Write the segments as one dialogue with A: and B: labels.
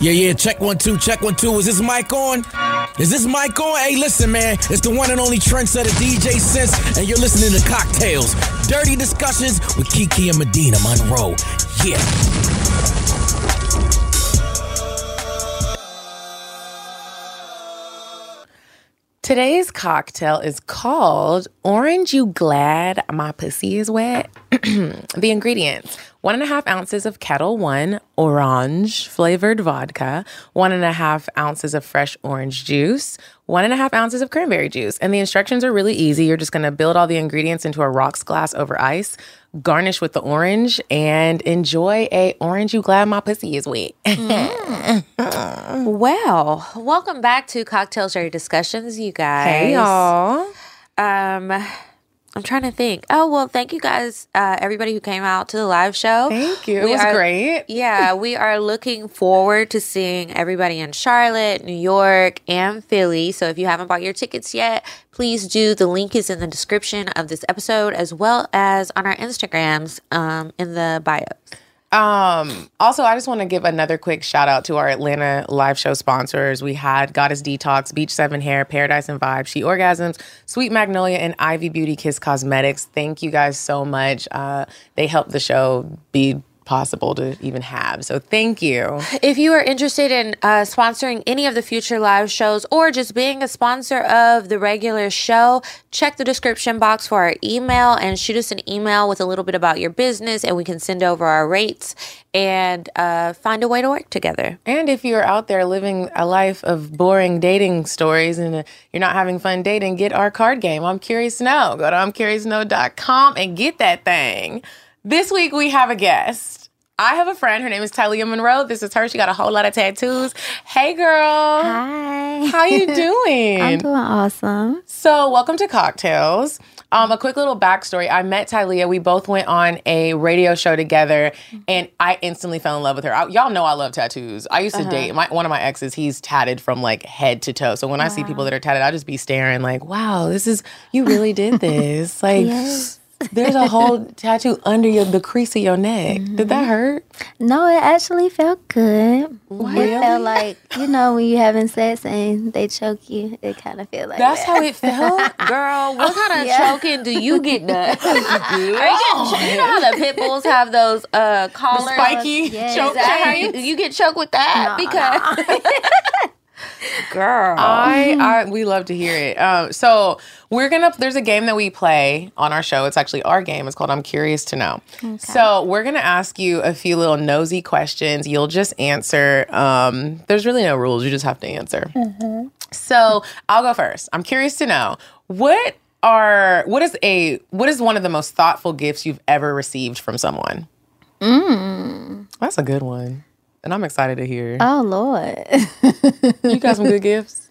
A: Yeah, yeah, check one, two, check one, two. Is this mic on? Is this mic on? Hey, listen, man. It's the one and only trendsetter DJ Sense, and you're listening to Cocktails Dirty Discussions with Kiki and Medina Monroe. Yeah.
B: Today's cocktail is called Orange You Glad My Pussy Is Wet. the ingredients one and a half ounces of Kettle One orange flavored vodka, one and a half ounces of fresh orange juice, one and a half ounces of cranberry juice. And the instructions are really easy. You're just gonna build all the ingredients into a rocks glass over ice, garnish with the orange, and enjoy a Orange You Glad My Pussy Is Wet.
C: Well, welcome back to Cocktails Dirty Discussions, you guys.
B: Hey, y'all.
C: Um, I'm trying to think. Oh, well, thank you guys, uh, everybody who came out to the live show.
B: Thank you. It was great.
C: Yeah, we are looking forward to seeing everybody in Charlotte, New York, and Philly. So if you haven't bought your tickets yet, please do. The link is in the description of this episode as well as on our Instagrams um, in the bios.
B: Um, also, I just want to give another quick shout out to our Atlanta live show sponsors. We had Goddess Detox, Beach Seven Hair, Paradise and Vibe, She Orgasms, Sweet Magnolia, and Ivy Beauty Kiss Cosmetics. Thank you guys so much. Uh, they helped the show be possible to even have. So thank you.
C: If you are interested in uh, sponsoring any of the future live shows or just being a sponsor of the regular show, check the description box for our email and shoot us an email with a little bit about your business, and we can send over our rates and uh, find a way to work together.
B: And if you're out there living a life of boring dating stories and uh, you're not having fun dating, get our card game. I'm Curious to Know. Go to I'mCuriousToKnow.com and get that thing. This week we have a guest. I have a friend. Her name is Talia Monroe. This is her. She got a whole lot of tattoos. Hey, girl.
D: Hi.
B: How you doing?
D: I'm doing awesome.
B: So, welcome to Cocktails. Um, a quick little backstory. I met Tylea. We both went on a radio show together, and I instantly fell in love with her. I, y'all know I love tattoos. I used to date my, one of my exes. He's tatted from like head to toe. So when I see people that are tatted, I just be staring like, "Wow, this is you really did this." Like, there's a whole tattoo under your, the crease of your neck. Did that hurt?
D: No, it actually felt good. It felt like you know when you having sex and they choke you. It kind of feel like
B: That's
D: that.
B: how it felt.
C: Girl, what kind of
D: Yeah.
C: choking do you get done? Oh, Are you, getting cho- you know how the pit bulls have those uh, collars?
B: Spiky
D: Yes.
B: choke
C: Is that how you,
B: chains.
C: you get choked with that? because girl,
B: I, I we love to hear it. Um, so we're gonna there's a game that we play on our show. It's actually our game. It's called I'm Curious to Know. So we're gonna ask you a few little nosy questions. You'll just answer. Um, there's really no rules. You just have to answer. So I'll go first. I'm curious to know what are what is a what is one of the most thoughtful gifts you've ever received from someone? That's a good one, and I'm excited to hear.
D: Oh Lord,
B: you got some good gifts.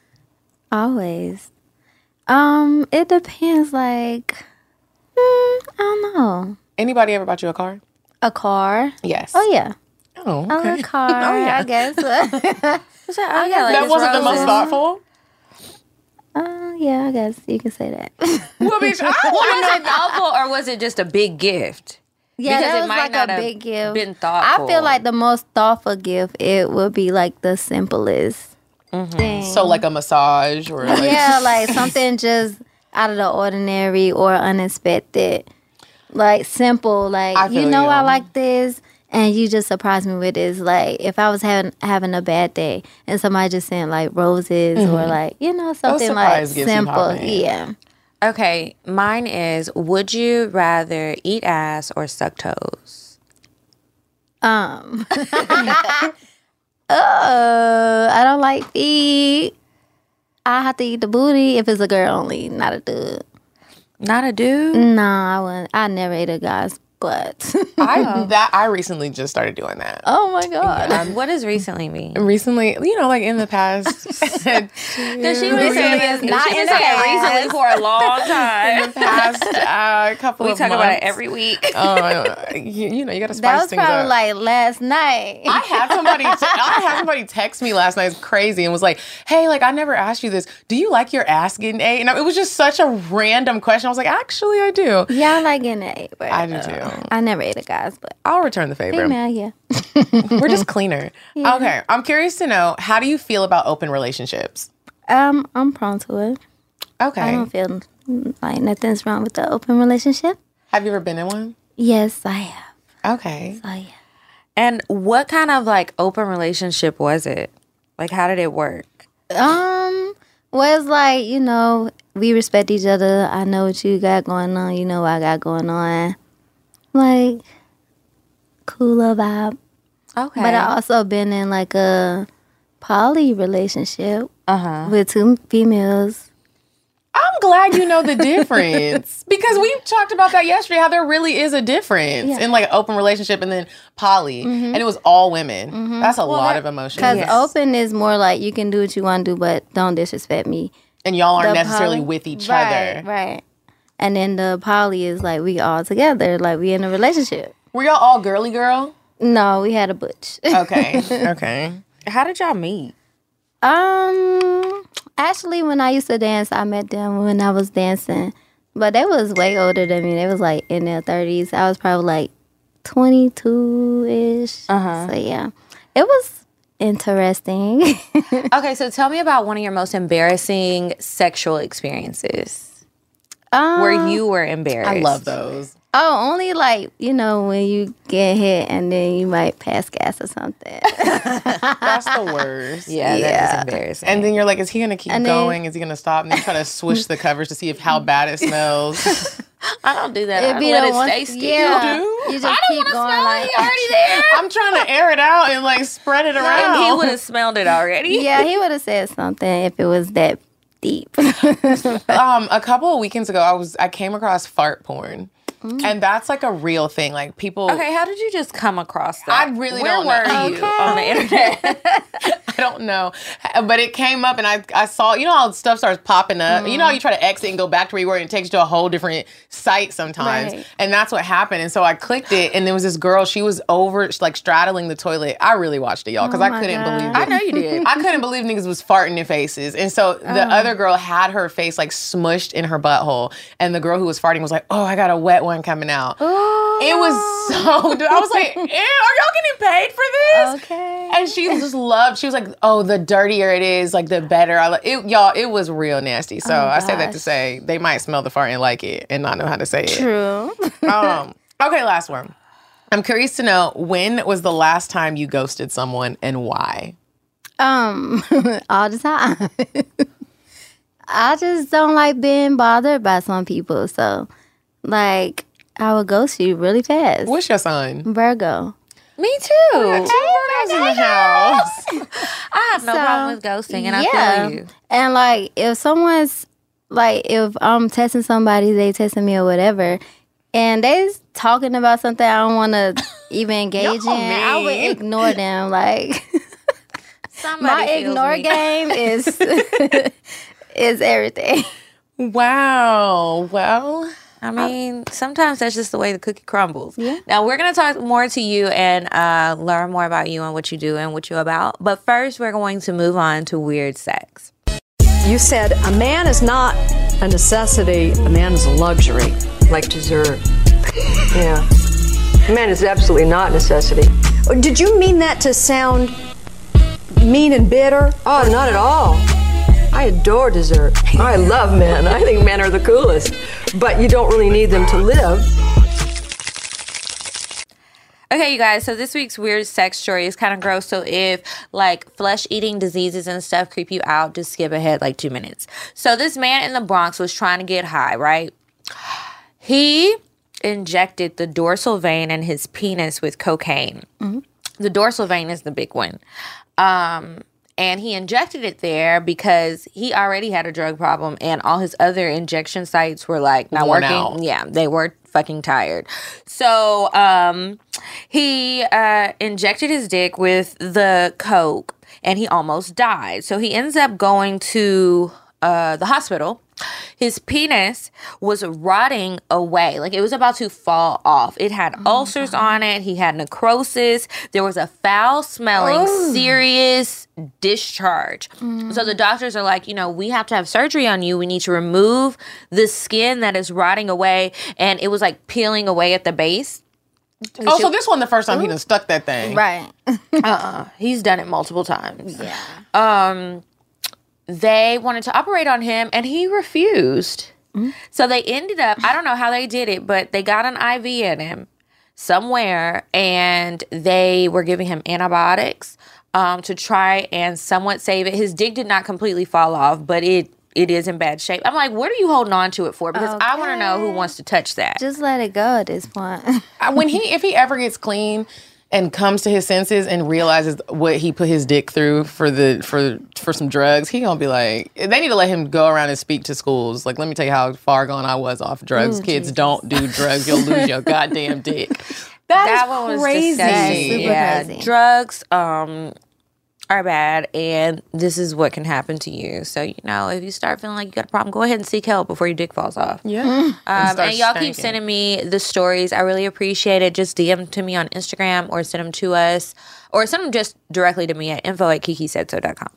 D: always. Um, it depends. Like, mm, I don't know.
B: Anybody ever bought you a car?
D: A car.
B: Yes.
D: Oh yeah,
B: Oh, okay.
D: I want a car. I guess.
C: I got
B: that wasn't the most
C: roses.
B: thoughtful.
D: uh, yeah, I guess you can say that.
B: Well, bitch, I want
C: Was it thoughtful or was it just a big gift?
D: Yeah,
C: Because
D: that
C: it
D: was
C: might
D: like
C: not
D: a
C: have
D: big gift.
C: been thoughtful.
D: I feel like the most thoughtful gift it would be like the simplest thing.
B: So like a massage or like
D: yeah, like something just out of the ordinary or unexpected, like simple. Like
B: I feel
D: you know,
B: you.
D: I like this, and you just surprised me with this. Like if I was having having a bad day, and somebody just sent like roses or like you know something like
B: Mm-hmm. surprise gifts you
D: simple.
B: pop in.
D: Yeah,
C: Okay, mine is would you rather eat ass or suck toes?
D: uh, I don't like feet. I have to eat the booty if it's a girl only, not a dude.
C: Not a dude.
D: No, I wouldn't. I never ate a guy's butt.
B: I that I recently just started doing that.
D: oh my god.
C: Um, what does recently mean?
B: Recently, you know, like in the past, in
C: Because she was saying this not in recently for a long time.
B: the past uh, couple
C: we
B: of
C: talk
B: months.
C: about it every week.
B: Oh, you, you know, you got to spice
D: That was
B: things
D: probably
B: up.
D: like last night.
B: I had somebody. T- I had somebody text me last night, crazy, and was like, "Hey, like I never asked you this. Do you like your ass getting ate?" And it was just such a random question. I was like, "Actually, I do.
D: yeah, I like getting an eight, but
B: I do too.
D: I never ate a guy's butt.
B: I'll return the favor."
D: Hey, man, yeah.
B: We're just cleaner. Okay. I'm curious to know how do you feel about open relationships?
D: Um, I'm prone to it. I
B: Okay.
D: don't feel like nothing's wrong with the open relationship.
B: Have you ever been in one?
D: Yes, I have.
B: Okay.
D: Oh yeah.
C: And what kind of like open relationship was it? Like, how did it work?
D: Um, well, it's like you know we respect each other. I know what you got going on. You know what I got going on. Like, cooler vibe.
C: Okay.
D: But uh, I also been in like a poly relationship
B: Uh-huh.
D: with two females.
B: I'm glad you know the difference because we talked about that yesterday. How there really is a difference in like an open relationship and then poly,
D: Mm-hmm.
B: and it was all women. That's a lot of emotion,
D: Because open is more like you can do what you want to do, but don't disrespect me.
B: and y'all aren't
D: the
B: necessarily
D: poly-
B: with each
D: right,
B: other.
D: Right. And then the poly is like we all together, like we in a relationship.
B: Were y'all all girly girl?
D: No, we had a butch.
B: Okay, okay.
C: how did y'all meet?
D: um, actually, when I used to dance, I met them when I was dancing, but they was way older than me. They was like in their thirties. I was probably like twenty two ish. So yeah, it was interesting.
C: Okay, so tell me about one of your most embarrassing sexual experiences
D: um,
C: where you were embarrassed.
B: I love those.
D: Oh, only like you know when you get hit and then you might pass gas or something.
B: That's the worst.
C: Yeah, that is embarrassing.
B: And then you're like, is he gonna keep
D: And then-
B: going? Is he gonna stop? And then you try to swish the covers to see if how bad it smells.
C: I don't do that.
D: It'd be the one- Yeah, you, just keep going like.
C: already there.
B: I'm trying to air it out and like spread it around.
C: And he would have smelled it already.
D: yeah, he would have said something if it was that deep.
B: um a couple of weekends ago i was i came across fart porn and that's like a real thing like people
C: Okay, how did you just come across that?
B: I really
C: Where
B: don't know.
C: were you on the internet?
B: i don't know Uh, but it came up and i i saw you know how stuff starts popping up you know how you try to exit and go back to where you were and it takes you to a whole different site sometimes
D: Right.
B: and that's what happened and so i clicked it and there was this girl she was over like straddling the toilet i really watched it y'all because i
D: my
B: couldn't
D: God.
B: believe it
C: I know you did.
B: I couldn't believe niggas was farting in faces. And so the other girl had her face like smushed in her butthole. And the girl who was farting was like, oh, I got a wet one coming out. It was so, dude, I was like, ew, are y'all getting paid for this?
D: Okay.
B: And she just loved, she was like, oh, the dirtier it is, like the better. I lo- it, y'all, it was real nasty. So I say that to
D: Oh, gosh.
B: say they might smell the fart and like it and not know how to say it.
D: True.
B: Um, okay, last one. I'm curious to know when was the last time you ghosted someone and why?
D: Um, all the time. I just don't like being bothered by some people, so like I would ghost you really fast.
B: What's your sign?
D: Virgo.
C: Me too.
B: Virgo's in the house.
C: I have no
D: So,
C: problem with ghosting, and I feel you.
D: And like if someone's like if I'm texting somebody, they texting me or whatever, and they's talking about something I don't want to even engage in,
B: Y'all
D: I would
B: mean.
D: ignore them. Like my
C: Somebody feels
D: ignore
C: me.
D: game is is everything.
B: Wow. Well,
C: I mean, sometimes that's just the way the cookie crumbles. Yeah. Now we're gonna talk more to you and uh, learn more about you and what you do and what you're about. But first, we're going to move on to weird sex.
E: You said a man is not a necessity, a man is a luxury, like dessert. yeah. A man is absolutely not a necessity. Did you mean that to sound mean and bitter? Oh, not at all. I adore dessert. I love men. I think men are the coolest. But you don't really need them to live.
C: Okay, you guys. So this week's weird sex story is kind of gross. So if like flesh eating diseases and stuff creep you out, just skip ahead like two minutes. So this man in the Bronx was trying to get high, right? He injected the dorsal vein in his penis with cocaine.
B: Mm-hmm.
C: The dorsal vein is the big one. Um, and he injected it there because he already had a drug problem, and all his other injection sites were like not
B: Worn
C: working.
B: out.
C: Yeah, they were fucking tired. So um, he uh, injected his dick with the coke, and he almost died. So he ends up going to uh, the hospital. His penis was rotting away. Like it was about to fall off. It had ulcers on it. He had necrosis. There was a foul smelling, serious discharge. So the doctors are like, you know, we have to have surgery on you. We need to remove the skin that is rotting away. And it was like peeling away at the base.
B: Oh, so this one the first time he done stuck that thing.
D: Right.
C: He's done it multiple times. Yeah. Um, they wanted to operate on him and he refused. So they ended up, I don't know how they did it, but they got an IV in him somewhere and they were giving him antibiotics um, to try and somewhat save it. His dick did not completely fall off, but it it is in bad shape. I'm like, what are you holding on to it for? Because I want to know who wants to touch that.
D: Just let it go at this point.
B: I- when he if he ever gets clean and comes to his senses and realizes what he put his dick through for the for for some drugs, he gonna be like, they need to let him go around and speak to schools. Like, let me tell you how far gone I was off
C: Mm,
B: drugs. Kids, don't do drugs. You'll lose your goddamn dick.
C: that
B: That,
C: one
B: is
C: was
B: crazy.
C: disgusting.
D: super
C: yeah,
D: crazy.
C: drugs um are bad, and this is what can happen to you. So you know, if you start feeling like you got a problem, go ahead and seek help before your dick falls off.
B: Yeah.
C: Um,
B: Mm. start
C: and y'all
B: stinking.
C: keep sending me the stories. I really appreciate it. Just DM to me on Instagram or send them to us, or send them just directly to me at info at kikisaidso.com.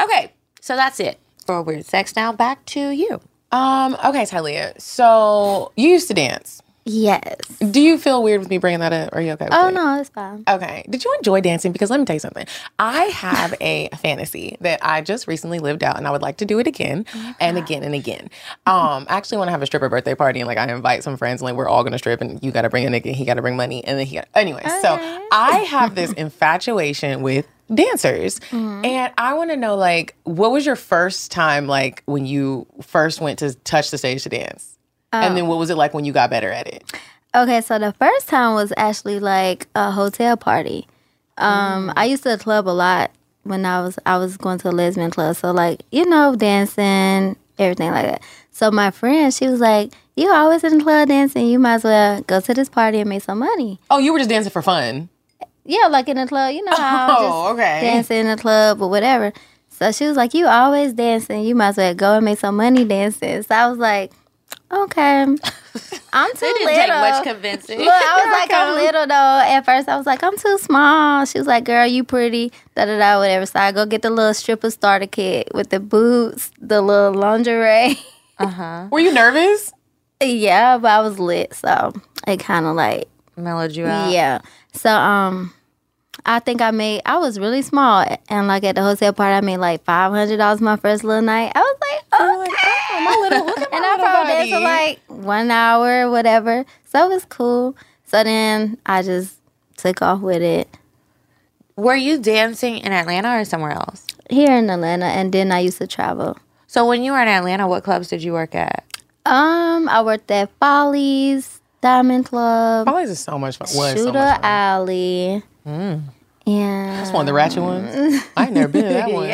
C: Okay, so that's it for Weird Sex. Now back to you.
B: Um. Okay, Tylea. So you used to dance.
D: yes.
B: Do you feel weird with me bringing that up? Are you okay? With
C: Um,
D: Oh
B: it?
D: no, it's fine.
B: Okay. Did you enjoy dancing? Because let me tell you something. I have a fantasy that I just recently lived out, and I would like to do it again and again and again. Um, I actually want to have a stripper birthday party, and like I invite some friends, and like we're all gonna strip, and you gotta bring a nigga, he gotta bring money, and then he got anyway. So I have this infatuation with dancers, and I want to know like what was your first time like when you first went to touch the stage to dance, and then what was it like when you got better at it?
D: Okay, so the first time was actually like a hotel party.
C: Mm.
D: Um, I used to club a lot when I was I was going to a lesbian club, so like you know dancing, everything like that. So my friend, she was like, "You always in the club dancing. You might as well go to this party and make some money."
B: Oh, you were just dancing for fun.
D: Yeah, like in the club, you know. how I'm
B: Oh,
D: just
B: okay.
D: Dancing in the club or whatever. So she was like, "You always dancing. You might as well go and make some money dancing." So I was like, "Okay, I'm too
C: It
D: little."
C: didn't take much convincing.
D: Look, I was like, I'm little though. At first, I was like, I'm too small. She was like, girl, you pretty, da da da, whatever. So I go get the little stripper starter kit with the boots, the little lingerie.
B: Were you nervous?
D: yeah, but I was lit, so it kind of like,
C: Mellowed you out.
D: yeah. So um, I think I made. I was really small, and like at the hotel party, I made like five hundred dollars my first little night. I was like, oh, my little, look at my and I
B: little
D: probably
B: body.
D: danced for like one hour, or whatever. So it was cool. So then I just took off with it
C: Were you dancing in Atlanta or somewhere else?
D: here in Atlanta, and then I used to travel.
C: So when you were in Atlanta, what clubs did you work at?
D: Um, I worked at Follies, Diamond Club,
B: Polly's is so much fun. Was so
D: Shooter
B: much fun.
D: Alley, and
B: That's one of the ratchet ones. I ain't never been to that one.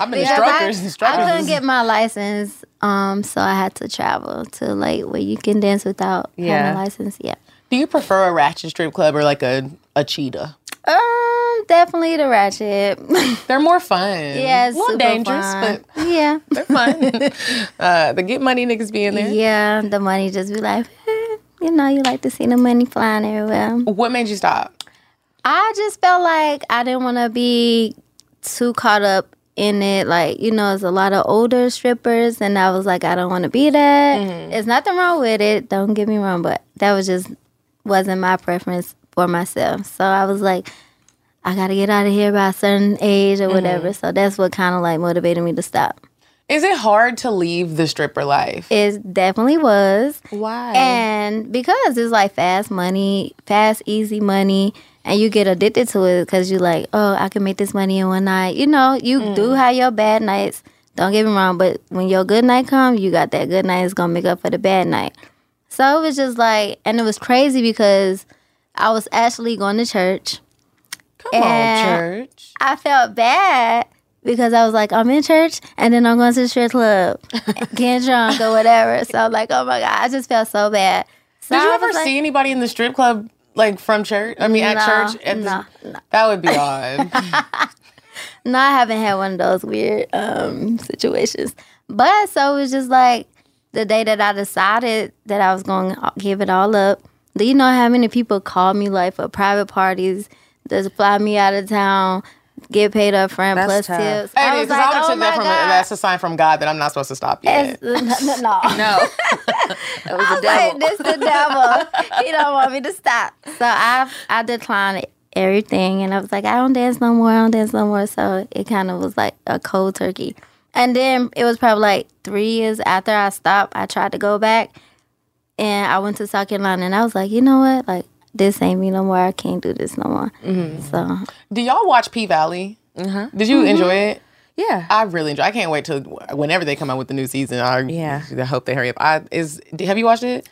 B: I've been to strokers and
D: I, I couldn't
B: strokers.
D: get my license, um, so I had to travel to like where you can dance without
C: Yeah.
D: having a license. Yeah.
B: Do you prefer a ratchet strip club or like a, a cheetah?
D: Um, definitely the ratchet.
B: They're more fun.
D: yeah, it's
B: a little
D: super
B: dangerous,
D: fun.
B: but
D: yeah,
B: they're fun. uh, the get money niggas be in there.
D: yeah. The money just be like, eh, you know, you like to see the money flying everywhere.
B: What made you stop?
D: I just felt like I didn't want to be too caught up in it. Like, you know, it's a lot of older strippers, and I was like, I don't want to be that. It's nothing wrong with it. Don't get me wrong, but that was just wasn't my preference for myself. So I was like, I got to get out of here by a certain age or whatever. So that's what kind of like motivated me to stop.
B: Is it hard to leave the stripper life?
D: It definitely was.
C: Why?
D: And because it's like fast money, fast, easy money, and you get addicted to it because you're like, oh, I can make this money in one night. You know, you
B: Mm.
D: do have your bad nights. Don't get me wrong, but when your good night comes, you got that good night. It's gonna make up for the bad night. So it was just like, and it was crazy because I was actually going to church.
B: Come on,
D: and-
B: church.
D: I felt bad because I was like, I'm in church and then I'm going to the strip club, getting drunk or whatever. So I'm like, oh my God, I just felt so bad. So
B: Did you
D: I
B: ever
D: was like-
B: see anybody in the strip club like from church? I mean,
D: No,
B: at church? At
D: no,
B: That would be odd.
D: No, I haven't had one of those weird um, situations. But so it was just like the day that I decided that I was going to give it all up. Do you know how many people call me like for private parties? Just fly me out of town, get paid up front
C: That's
D: plus
C: tough.
D: tips.
B: It
D: I
B: is, 'cause
D: was like,
B: I would've
D: oh
B: took that
D: my
B: from
D: god,
B: that's a sign from God that I'm not supposed to stop yet.
C: Oh.
D: It's- no, no, no.
C: no.
D: I was like, this the devil. he don't want me to stop. So I I declined everything, and I was like, I don't dance no more. I don't dance no more. So it kind of was like a cold turkey. And then it was probably like three years after I stopped. I tried to go back, and I went to South Carolina, and I was like, you know what, like. This ain't me no more. I can't do this no more. So
B: Do y'all watch P Valley? Did you enjoy it?
C: Yeah.
B: I really enjoy. I can't wait till whenever they come out with the new season. I
C: Yeah.
B: I hope they hurry up. I is have you watched it?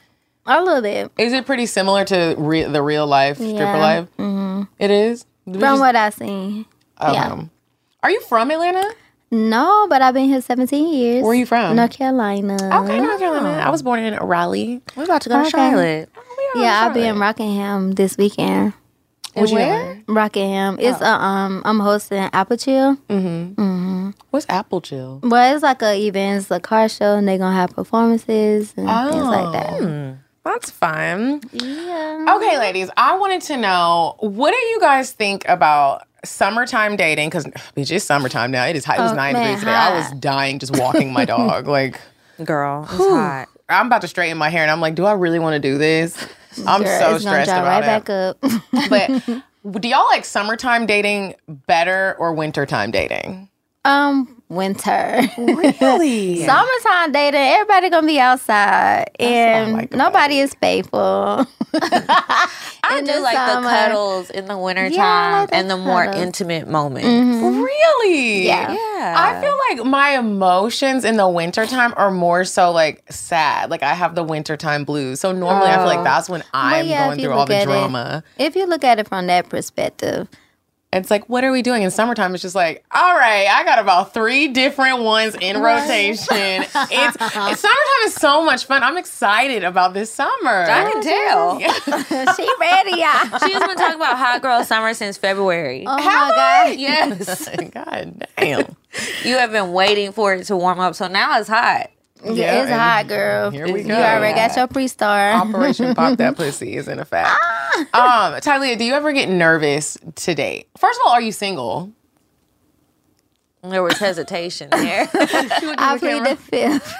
D: a little bit
B: Is it pretty similar to re- the real life stripper
D: Yeah.
B: life? It is. Did we
D: from
B: just-
D: what I seen. yeah.
B: um, Are you from Atlanta?
D: No, but I've been here 17 years.
B: Where are you from?
D: North Carolina.
B: Okay, North Carolina. I was born in Raleigh.
C: We're about to go to
D: Okay.
C: Charlotte.
B: Oh,
D: Yeah, I'll be in Rockingham this weekend.
B: Would you
D: Rockingham. It's
B: Oh.
D: a um. I'm hosting Apple Chill.
B: What's Apple Chill?
D: Well, it's like a event. It's a car show, and they're gonna have performances and things
B: Oh.
D: like that.
B: Hmm. That's fun.
D: Yeah.
B: Okay, ladies, I wanted to know what do you guys think about summertime dating? Because bitch, it's summertime now. It is hot. It was
D: Oh,
B: nine
D: man,
B: degrees today. I was
D: hot.
B: dying just walking my dog. Like
C: Girl, it's hot.
B: I'm about to straighten my hair, and I'm like, do I really want to do this? I'm
D: Girl,
B: so
D: it's gonna
B: stressed
D: dry
B: about
D: right
B: it.
D: back up.
B: But do y'all like summertime dating better or wintertime dating?
D: um, winter.
B: Really?
D: Summertime dating, everybody gonna be outside, and
B: like about
D: nobody is faithful.
C: I
D: In
C: do
D: the
C: like the
D: summer.
C: cuddles in the wintertime
D: Yeah, I like the
C: and the more
D: cuddles.
C: intimate moments.
D: Mm-hmm.
B: really?
D: Yeah.
C: Yeah.
B: Mm-hmm. I feel like my emotions in the wintertime are more so like sad. Like I have the wintertime blues. So normally I feel like that's when I'm
D: Oh. yeah,
B: going
D: if you
B: through all
D: look
B: the
D: at it-
B: drama.
D: If you look at it from that perspective,
B: It's like, what are we doing? In summertime, it's just like, all right, I got about three different ones in rotation. it's, it's summertime is so much fun. I'm excited about this summer.
C: I can tell.
D: she ready, y'all.
C: She's been talking about hot girl summer since February.
D: Oh my god.
C: Yes.
B: God damn.
C: you have been waiting for it to warm up, so now it's hot.
B: Yeah,
D: Yeah, it's
B: and
D: hot, girl.
B: here we
D: you
B: go.
D: already got your pre-star.
B: Operation Pop That Pussy is in effect.
C: Ah!
B: um, Tylia, do you ever get nervous to date? First of all, are you single?
C: There was hesitation there.
D: I plead the fifth.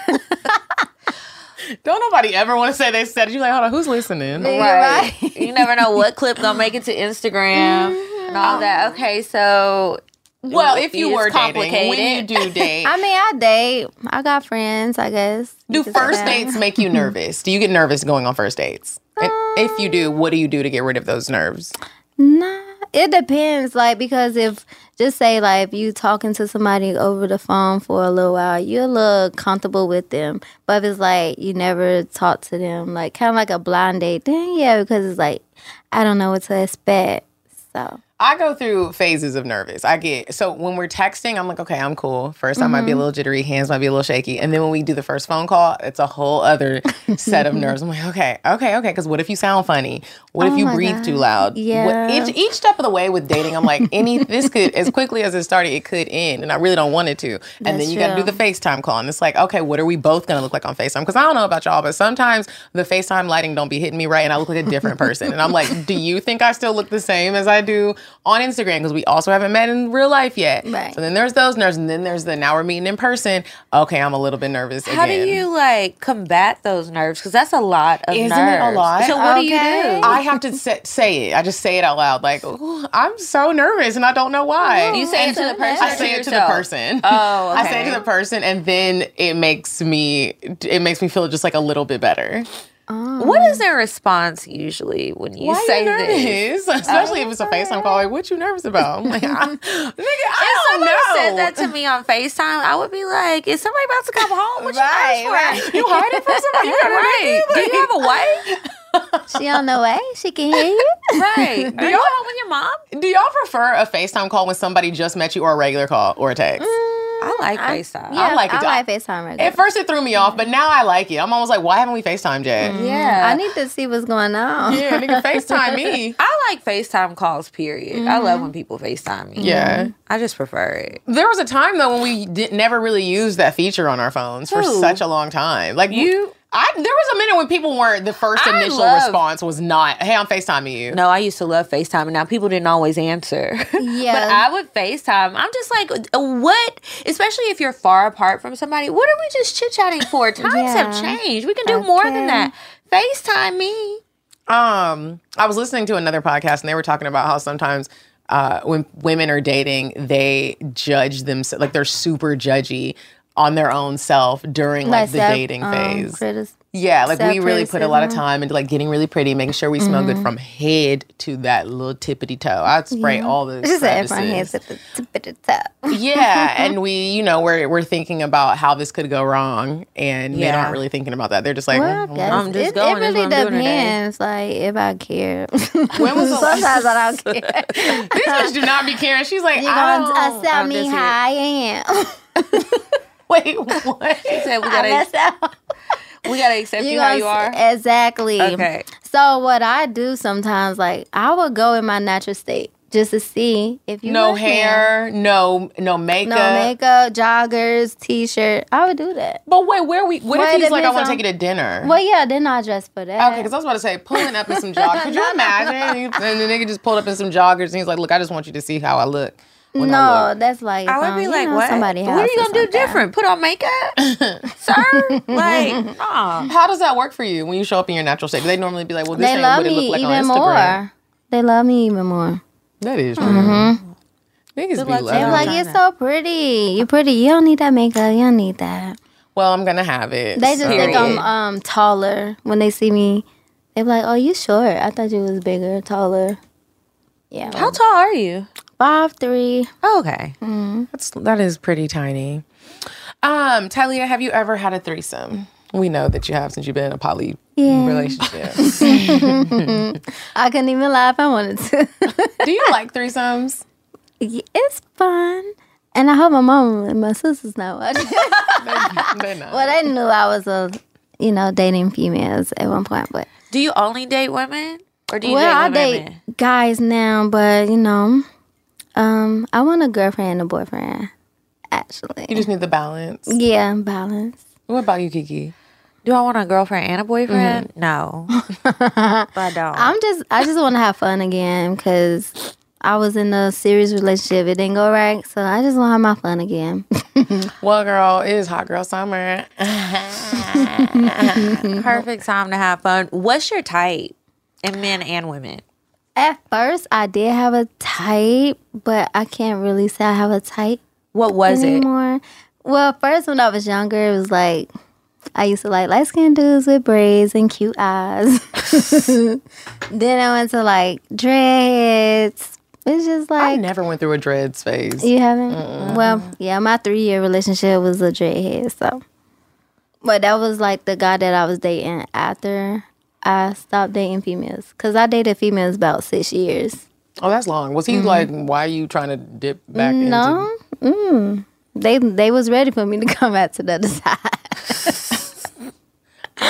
B: Don't nobody ever want to say they said it. You're like, hold on, who's listening?
C: right. You never know what clip gonna make it to Instagram
D: Mm-hmm.
C: and all that. Okay, so
B: Well, if you
C: It's
B: were dating, when
C: complicated.
B: you do date,
D: I mean, I date. I got friends, I guess.
B: do
D: You could say
B: first
D: that.
B: dates make you nervous? Do you get nervous going on first dates? And if you do, what do you do to get rid of those nerves?
D: Nah, it depends. Like because if just say like if you talking to somebody over the phone for a little while, you're a little comfortable with them. But if it's like you never talk to them, like kind of like a blind date, then yeah, because it's like I don't know what to expect. So
B: I go through phases of nervous. I get so when we're texting, I'm like, okay, I'm cool. 1st I
D: Mm-hmm.
B: might be a little jittery, hands might be a little shaky, and then when we do the first phone call, it's a whole other set of nerves. I'm like, okay, okay, okay, because what if you sound funny? What if you
D: Oh my
B: breathe
D: God.
B: too loud? What-
D: Yeah.
B: each, each step of the way with dating, I'm like, any this could as quickly as it started, it could end, and I really don't want it to. And then
D: That's
B: you got to do
D: true.
B: the FaceTime call, and it's like, okay, what are we both gonna look like on FaceTime? Because I don't know about y'all, but sometimes the FaceTime lighting don't be hitting me right, and I look like a different person. And I'm like, do you think I still look the same as I do on Instagram? Because we also haven't met in real life yet.
D: Right.
B: So then there's those nerves, and then there's the now we're meeting in person. Okay, I'm a little bit nervous.
C: how
B: again.
C: do you like combat those nerves? Because that's a lot of
B: Isn't it a
C: nerves.
B: lot?
C: So what do you
D: Okay.
C: do?
B: I have to say, say it. I just say it out loud. Like, "Ooh, I'm so nervous and I don't know why.
C: You say it
B: And
C: to the person.
B: I
C: or
B: say it to the
C: yourself?
B: person.
C: Oh,
B: I say it to the person, and then it makes me it makes me feel just like a little bit better.
C: What is their response usually when you
B: Why are
C: say
B: you
C: this? Oh,
B: nervous? Especially if it's a FaceTime call. Like, what you nervous about? I'm like, I, nigga, I don't
C: Somebody
B: know.
C: said that to me on FaceTime. I would be like, "Is somebody about to come home? What you
D: Right,
C: nervous for?
B: you hide it from somebody. You gotta
C: right? Do you have a wife?
D: she on the way. She can hear you.
C: right? Do you
B: y'all-
C: home with your mom?
B: Do y'all prefer a FaceTime call when somebody just met you or a regular call or a text?
C: I like FaceTime.
D: Yeah, I
B: like
D: like
B: it.
D: I like FaceTime right
B: At first, it threw me off, but now I like it. I'm almost like, why haven't we FaceTimed yet?
C: yeah.
D: I need to see what's going on.
B: Yeah, nigga, FaceTime me.
C: I like FaceTime calls, period. I love when people FaceTime me.
B: Yeah.
C: I just prefer it.
B: There was a time though when we did, never really used that feature on our phones for
C: Who?
B: such a long time. Like you, I, there was a minute when people weren't. The first
C: I
B: initial
C: love-
B: response was not, "Hey, I'm Facetiming you."
C: No, I used to love FaceTime. Now people didn't always answer.
D: Yeah.
C: but I would FaceTime. I'm just like, uh, what? Especially if you're far apart from somebody, what are we just chit chatting for? Times have
D: Yeah.
C: changed. We can do more than
D: Okay.
C: that. FaceTime me.
B: Um, I was listening to another podcast and they were talking about how sometimes uh, when women are dating, they judge themselves like they're super judgy on their own self during like, the
D: self,
B: dating
D: um,
B: phase.
D: critis-
B: yeah, like we really put a lot of
D: self-criticism.
B: time into like getting really pretty, making sure we smell
D: Mm-hmm.
B: good from head to that little tippity toe. I'd spray all the
D: Just an Efron
B: services.
D: hands at the tip of the top.
B: yeah, and we, you know, we're we're thinking about how this could go wrong, and they
C: Yeah.
B: aren't really thinking about that. They're just like,
D: Well,
B: "Mm,
D: I guess
C: I'm just
D: it,
C: going,
D: it
C: that's
D: really
C: what I'm doing today.
D: depends, like if I care.
B: When was the last-
D: Sometimes I don't care. You're
B: these bitches do not be caring. She's like, "Oh, I
D: gonna uh,
C: don't-
D: sell
C: Oh, I'm
D: me
C: just here.
D: how I am.
B: Wait, what?
C: Said we
D: I
C: gotta,
D: messed up.
C: we gotta accept you, how you are.
D: s- Exactly.
C: Okay.
D: So what I do sometimes, like I will go in my natural state just to see if you
B: no
D: like me.
B: hair, no no makeup.
D: no makeup, joggers, t-shirt. I would do that.
B: But wait, where we? What
D: Well,
B: if
D: it
B: he's like, I
D: depends
B: want to
D: on-
B: take you to dinner?
D: Well, yeah, then I dress for that.
B: Okay, because I was about to say pulling up in some joggers. Could you imagine? And the nigga just pulled up in some joggers, and he's like, "Look, I just want you to see how I look." when I
D: no,
B: look."
D: that's like
C: I would
D: um,
C: be
D: you
C: like,
D: know,
C: what?
D: Somebody
C: what are
D: house
C: you
D: or
C: gonna do
D: something.
C: different? Put on makeup, sir? Like, nah.
B: How does that work for you when you show up in your natural state? Do they normally be like, "Well, this
D: They
B: ain't
D: love
B: what it
D: me
B: looked like on
D: even
B: Instagram."
D: more. They love me even more.
B: That is true.
D: Mm-hmm.
B: Niggas be
C: like
B: loving.
C: Taylor.
D: They're like,
B: me.
D: you're so pretty. You're pretty. You don't need that makeup. You don't need that.
B: well, I'm gonna have it.
D: They just think
B: so-
D: I'm um, taller when they see me. They're like, oh, you short. I thought you was bigger, taller. Yeah.
C: How tall are you?
D: Five, three.
C: Oh, okay.
B: That's that is pretty tiny. Um, Talia, have you ever had a threesome? We know that you have since you've been in a poly
D: Yeah.
B: relationship.
D: I couldn't even lie if I wanted to.
B: Do you like threesomes?
D: Yeah, it's fun. And I hope my mom and my sister's not watching.
B: They're not.
D: well, they knew I was a, you know, dating females at one point, but
C: Do you only date women, or do you
D: well, I
C: date women?
D: date guys now, but you know, um, I want a girlfriend and a boyfriend. Actually,
B: You just need the balance.
D: yeah, balance.
B: What about you, Kiki?
C: Do I want a girlfriend and a boyfriend?
D: Mm-hmm.
C: No, I don't.
D: I'm just, I just want to have fun again because I was in a serious relationship. It didn't go right, so I just want to have my fun again.
B: Well, girl, it is hot girl summer.
C: Perfect time to have fun. What's your type in men and women?
D: At first, I did have a type, but I can't really say I have a type
C: What was it?
D: anymore. Well, first when I was younger, it was like I used to like light skinned dudes with braids and cute eyes. then I went to like dreads. It's just
B: I
D: like
B: never went through a dreads phase.
D: you haven't. Well, yeah, my three year relationship was a dreadhead, so. But that was like the guy that I was dating after I stopped dating females, cause I dated females about six years.
B: Oh, that's long. Was he like, why are you trying to dip back into?
D: No, mm. they they was ready for me to come out to the other side.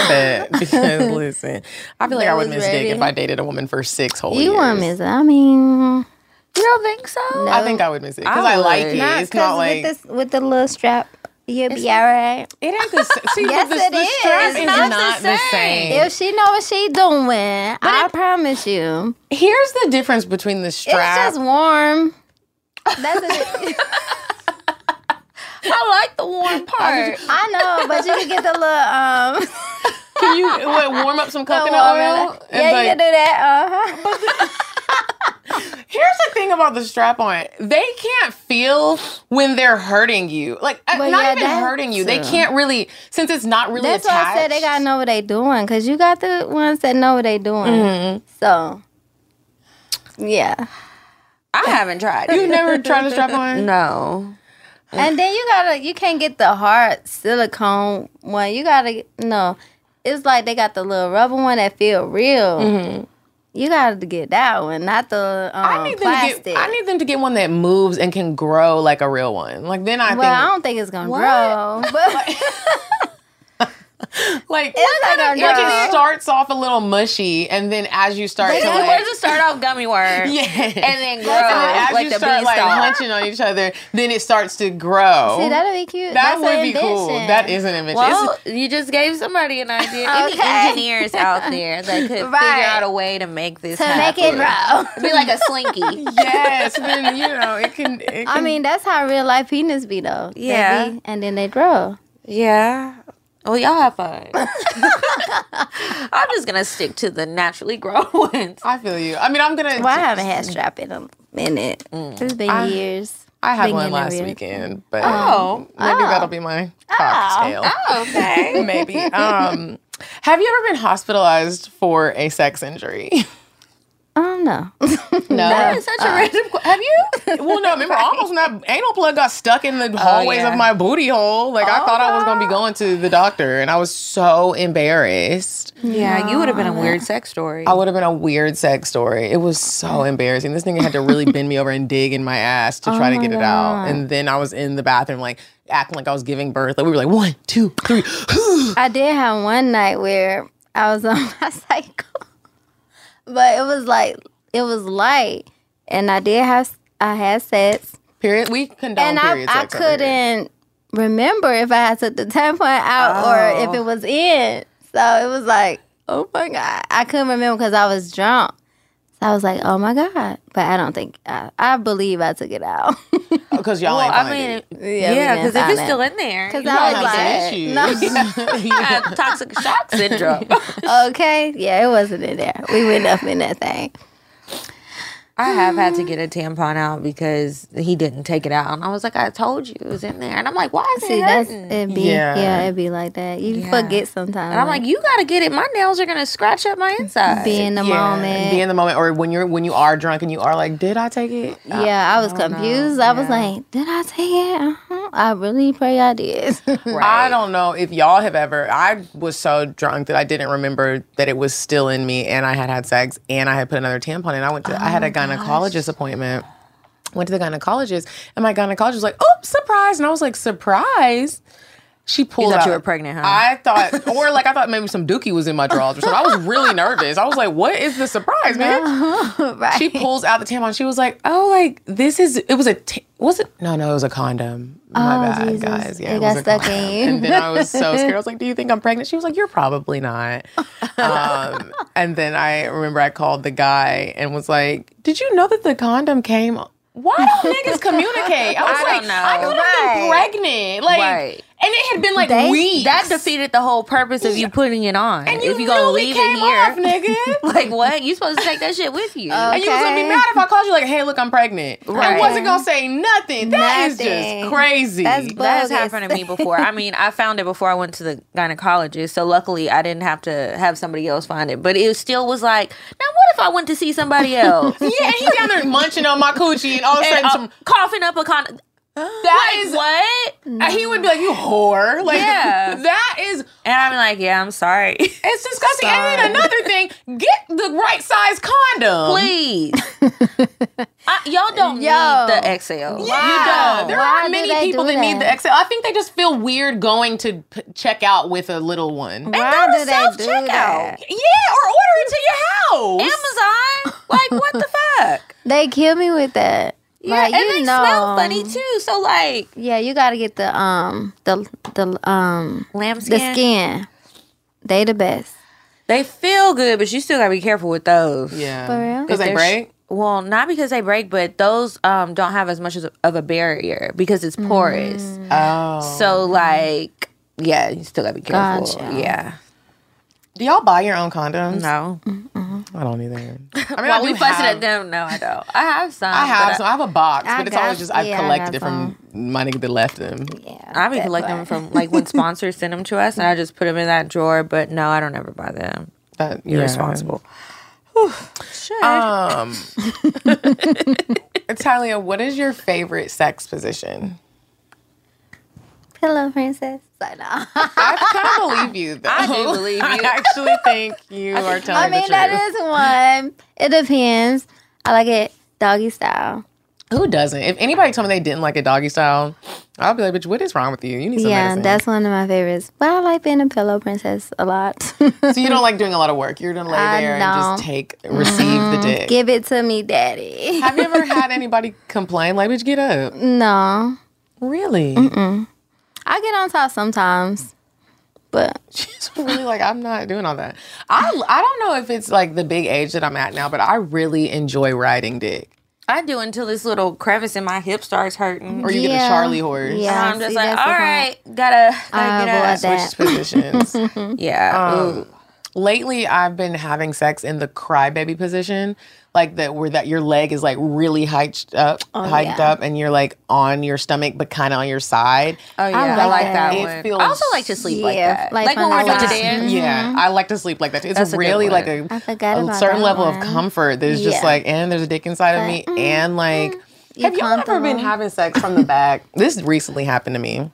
B: that? Because listen, I feel like I would
D: was
B: miss dick
D: ready.
B: if I dated a woman for six whole years.
D: You won't miss it. I mean,
C: You don't think so?
B: I think I would miss it because
C: I
B: I, like
C: would.
B: it.
C: Nah,
B: it's not like
D: with, this, with the little strap, you'll be all right.
B: it ain't the same. See,
D: Yes,
B: the, the,
D: it
B: the
D: is.
B: strap
D: It's
B: is
D: not
B: not,
D: the
B: the
C: same.
B: same.
D: If she know what she doing, I promise you,
B: Here's the difference between the strap.
D: it's just warm. That's it.
C: I like the warm part.
D: I know, but you can get the little um.
B: Can you what, warm up some coconut oil?
D: yeah, you can do that. Uh huh.
B: Here's the thing about the strap on. They can't feel when they're hurting you. Like, uh,
D: Well,
B: not
D: yeah,
B: even
D: that-
B: hurting you. They can't really, since it's not really
D: That's why I
B: attached.
D: said they gotta know what they doing, cause you got the ones that know what they doing.
B: Mm-hmm.
D: So, yeah.
C: I haven't tried. it.
B: You never tried a strap on?
C: no.
D: And then you gotta you can't get the hard silicone one. You gotta no. It's like they got the little rubber one that feel real. You gotta get that one, not the um,
B: Mm-hmm. I need, them to
D: plastic.
B: get, I need them to get one that moves and can grow like a real one. Like, then I
D: well, I
B: think.
D: don't think it's gonna grow. But
B: Like,
D: like a
B: like
D: girl.
B: it starts off a little mushy, and then as you start, to, like,
C: Where's the start off gummy worm?
B: Yeah.
C: And then grow
B: And then as
C: like
B: you
C: the
B: start
C: bean
B: like
C: stalk.
B: munching on each other, then it starts to grow.
D: See, that'd be cute.
B: that
D: That's an
B: would be cool.
D: invention.
B: That is an invention. It's-
C: Well, you just gave somebody an idea. Any
D: Okay.
C: engineers out there that could
D: Right.
C: figure out a way to make this
D: to make
C: happen.
D: it grow.
C: be like a slinky.
B: yes, then you know it can. It can
D: I mean, that's how real life penis be though. They
C: Yeah.
D: be- and then they grow.
C: yeah. Well, y'all have fun. I'm just gonna stick to the naturally grown ones.
B: I feel you. I mean, I'm gonna.
D: Well, I haven't had strap in a minute. It's been years.
B: Mm. I had
D: been
B: one
D: in the
B: last
D: real-
B: weekend, but
C: Oh.
B: maybe that'll be my cocktail.
D: Oh,
C: Okay.
B: Maybe. Um, have you ever been hospitalized for a sex injury?
D: Oh no.
B: No.
C: That is such a random. que- Have you?
B: Well, no, remember, I almost when that anal plug got stuck in
D: Oh,
B: the hallways
C: yeah.
B: of my booty hole. Like, I thought I was going to be going to the doctor, and I was so embarrassed.
C: Yeah, you would have been a weird sex story.
B: I would have been a weird sex story. It was so embarrassing. This thing had to really bend me over and dig in my ass
D: Oh
B: to try to get it out. And then I was in the bathroom, like, acting like I was giving birth. Like, we were like, one, two, three.
D: I did have one night where I was on my cycle, but it was like it was light, and I did have I had sex,
B: period. We condone
D: and I
B: period
D: I
B: sex. over here.
D: couldn't remember if I had took the tampon out or if it was in. So it was like, oh my god, I couldn't remember because I was drunk. So I was like, oh my god, but I don't think I, I believe I took it out.
B: Because y'all
C: well,
B: ain't
C: I
B: find
C: mean,
B: it.
D: we
C: yeah,
D: didn't
C: because if
D: find
C: it's
D: it.
C: still in there,
D: Because
C: you
D: I
C: probably
D: was like,
B: like, no.
C: have toxic shock syndrome.
D: okay, yeah, it wasn't in there. We went up in that thing.
C: I have had to get a tampon out because he didn't take it out, and I was like, I told you it was in there, and I'm like, why is
D: See,
C: it
D: that's
C: hurting?
D: it. Be
B: Yeah.
D: yeah. it be like that. You
C: Yeah.
D: forget sometimes.
C: and I'm like, you gotta get it. My nails are gonna scratch up my inside.
D: be in the moment.
B: Be in the moment, or when you're when you are drunk and you are like, "Did I take it?"
D: yeah, I was confused. I was like, did I take it? Uh-huh. I really pray I did.
B: I don't know if y'all have ever. I was so drunk that I didn't remember that it was still in me, and I had had sex, and I had put another tampon, and I went to. I
C: Oh
B: had a gynecologist appointment. Went to the gynecologist, and my gynecologist was like, "Oh, surprise!" And I was like, "Surprise." She pulled
C: thought
B: out.
C: you were pregnant, huh?
B: I thought, or like I thought maybe some dookie was in my drawers or something. I was really nervous. I was like, "What is the surprise, man?"
D: right.
B: she pulls out the tampon. She was like, "Oh, like this is it was a ta- was it? No, no, it was a condom. My
D: Oh,
B: bad,
D: Jesus.
B: guys. Yeah, was
D: It got
B: a
D: stuck in
B: condom.
D: you.
B: And then I was so scared. I was like, "Do you think I'm pregnant?" She was like, "You're probably not." Um, and then I remember I called the guy and was like, "Did you know that the condom came?" Why don't niggas communicate? I was
C: I
B: like,
C: don't know.
B: I could have been pregnant, like,
C: Right.
B: and it had been like
D: They-
B: weeks.
C: That defeated the whole purpose of you putting it on.
B: and you
C: if you gonna
B: literally
C: leave
B: came
C: it here,
B: off, nigga.
C: like what? You supposed to take that shit with you?
D: Oh,
B: And you was gonna be
D: Okay.
B: mad if I called you like, "Hey, look, I'm pregnant," and
C: Right.
B: wasn't gonna say nothing. That is
D: Nothing.
B: just crazy.
D: That's
C: that has
D: bogus.
C: happened to me before. I mean, I found it before I went to the gynecologist. So luckily, I didn't have to have somebody else find it. But it still was like, now what if I went to see somebody else?
B: yeah, and he's down there munching on my coochie, and all of a
C: and,
B: sudden,
C: uh,
B: some
C: coughing up a con.
B: that is
C: What?
D: Mm.
B: uh, he would be like, "You whore!" Like
C: Yeah.
B: that is
C: And I'm like, yeah, I'm sorry.
B: it's disgusting. And then another thing, get the right size condom.
C: Please, I, y'all don't
D: Yo.
C: need the XL.
B: Yeah,
C: You don't.
B: there
D: Why
B: are
D: do
B: many
D: they
B: people
D: do
B: that, need
D: that?
B: the XL. I think they just feel weird going to p- check out with a little one.
D: Why
C: go to
D: do they do that?
B: Yeah, or order it to your house.
C: Amazon. Like, what the fuck?
D: They kill me with that.
C: Yeah,
D: Like,
C: and
D: you
C: they
D: know.
C: smell funny too. So like,
D: Yeah, you gotta get the um the the um
C: lambskin.
D: the skin. They the best.
C: They feel good, but you still gotta be careful with those.
B: yeah,
D: For real?
B: because they
C: They're-
B: break.
C: Well, not because they break, but those um don't have as much as of a barrier because it's porous.
D: Mm.
B: Oh,
C: So like, yeah, you still gotta be careful.
D: Gotcha.
C: Yeah.
B: do y'all buy your own condoms?
C: No.
D: Mm-hmm.
B: I don't either. I mean, I
C: While
B: do
C: we fussing
B: have,
C: at them, no, I don't. I have some.
B: I have
C: but
B: some. I have a box,
D: I
B: but it's
D: got-
B: always just I've
D: yeah, I
B: collected
D: got
B: it from my nigga that left them.
D: Yeah.
C: I, I be collecting them from like when sponsors send them to us, and I just put them in that drawer. But no, I don't ever buy them.
B: That
C: You're
B: yeah.
C: responsible. Shit.
B: Um, Italia, what is your favorite sex position?
D: Pillow princess. I know.
B: I kind of believe you though. I
C: do believe you.
B: I actually think you are
D: I
B: telling
D: mean,
B: the truth.
D: that is one. It depends. I like it doggy style.
B: Who doesn't? If anybody told me they didn't like a doggy style, I'll be like, bitch, what is wrong with you? You need some
D: yeah,
B: medicine.
D: that's one of my favorites. But I like being a pillow princess a lot.
B: so you don't like doing a lot of work. You're gonna lay
D: I
B: there and just
D: don't.
B: take receive the dick.
D: Give it to me, daddy.
B: Have you ever had anybody complain like, bitch, get up?
D: no,
B: Really?
D: I get on top sometimes, but
B: She's really like, I'm not doing all that. I I don't know if it's like the big age that I'm at now, but I really enjoy riding dick.
C: I do until this little crevice in my hip starts hurting.
B: Or you get a
D: Yeah.
B: Charlie horse.
D: Mm-hmm. Yeah.
C: I'm just
D: see,
C: like,
D: that's the
C: all
D: problem.
C: right, gotta,
D: I
C: gotta get Oh,
D: avoid
C: out.
D: that.
B: Switch positions.
C: Yeah. ooh.
B: Lately, I've been having sex in the crybaby position, like that where that your leg is like really hiked up, hiked
D: Oh, yeah.
B: up, and you're like on your stomach but kind of on your side.
C: Oh yeah,
D: like
C: I like
D: that.
C: that,
B: It
C: one.
B: feels-
C: I also like to sleep like
D: Yeah,
C: that,
D: like
C: like, when
D: when
C: we're
D: I Mm-hmm.
C: doing
D: lie.
C: dance.
B: Yeah, I like to sleep like that too. It's
C: That's a good
B: really
C: one.
B: like a,
D: I forgot
B: a
D: about
B: certain
D: that
B: level of
D: one.
B: comfort. There's just
D: Yeah. mm-hmm.
B: like, and there's a dick inside of me, and like,
D: You
B: have y'all ever been
D: comfortable?
B: having sex from the back? this recently happened to me.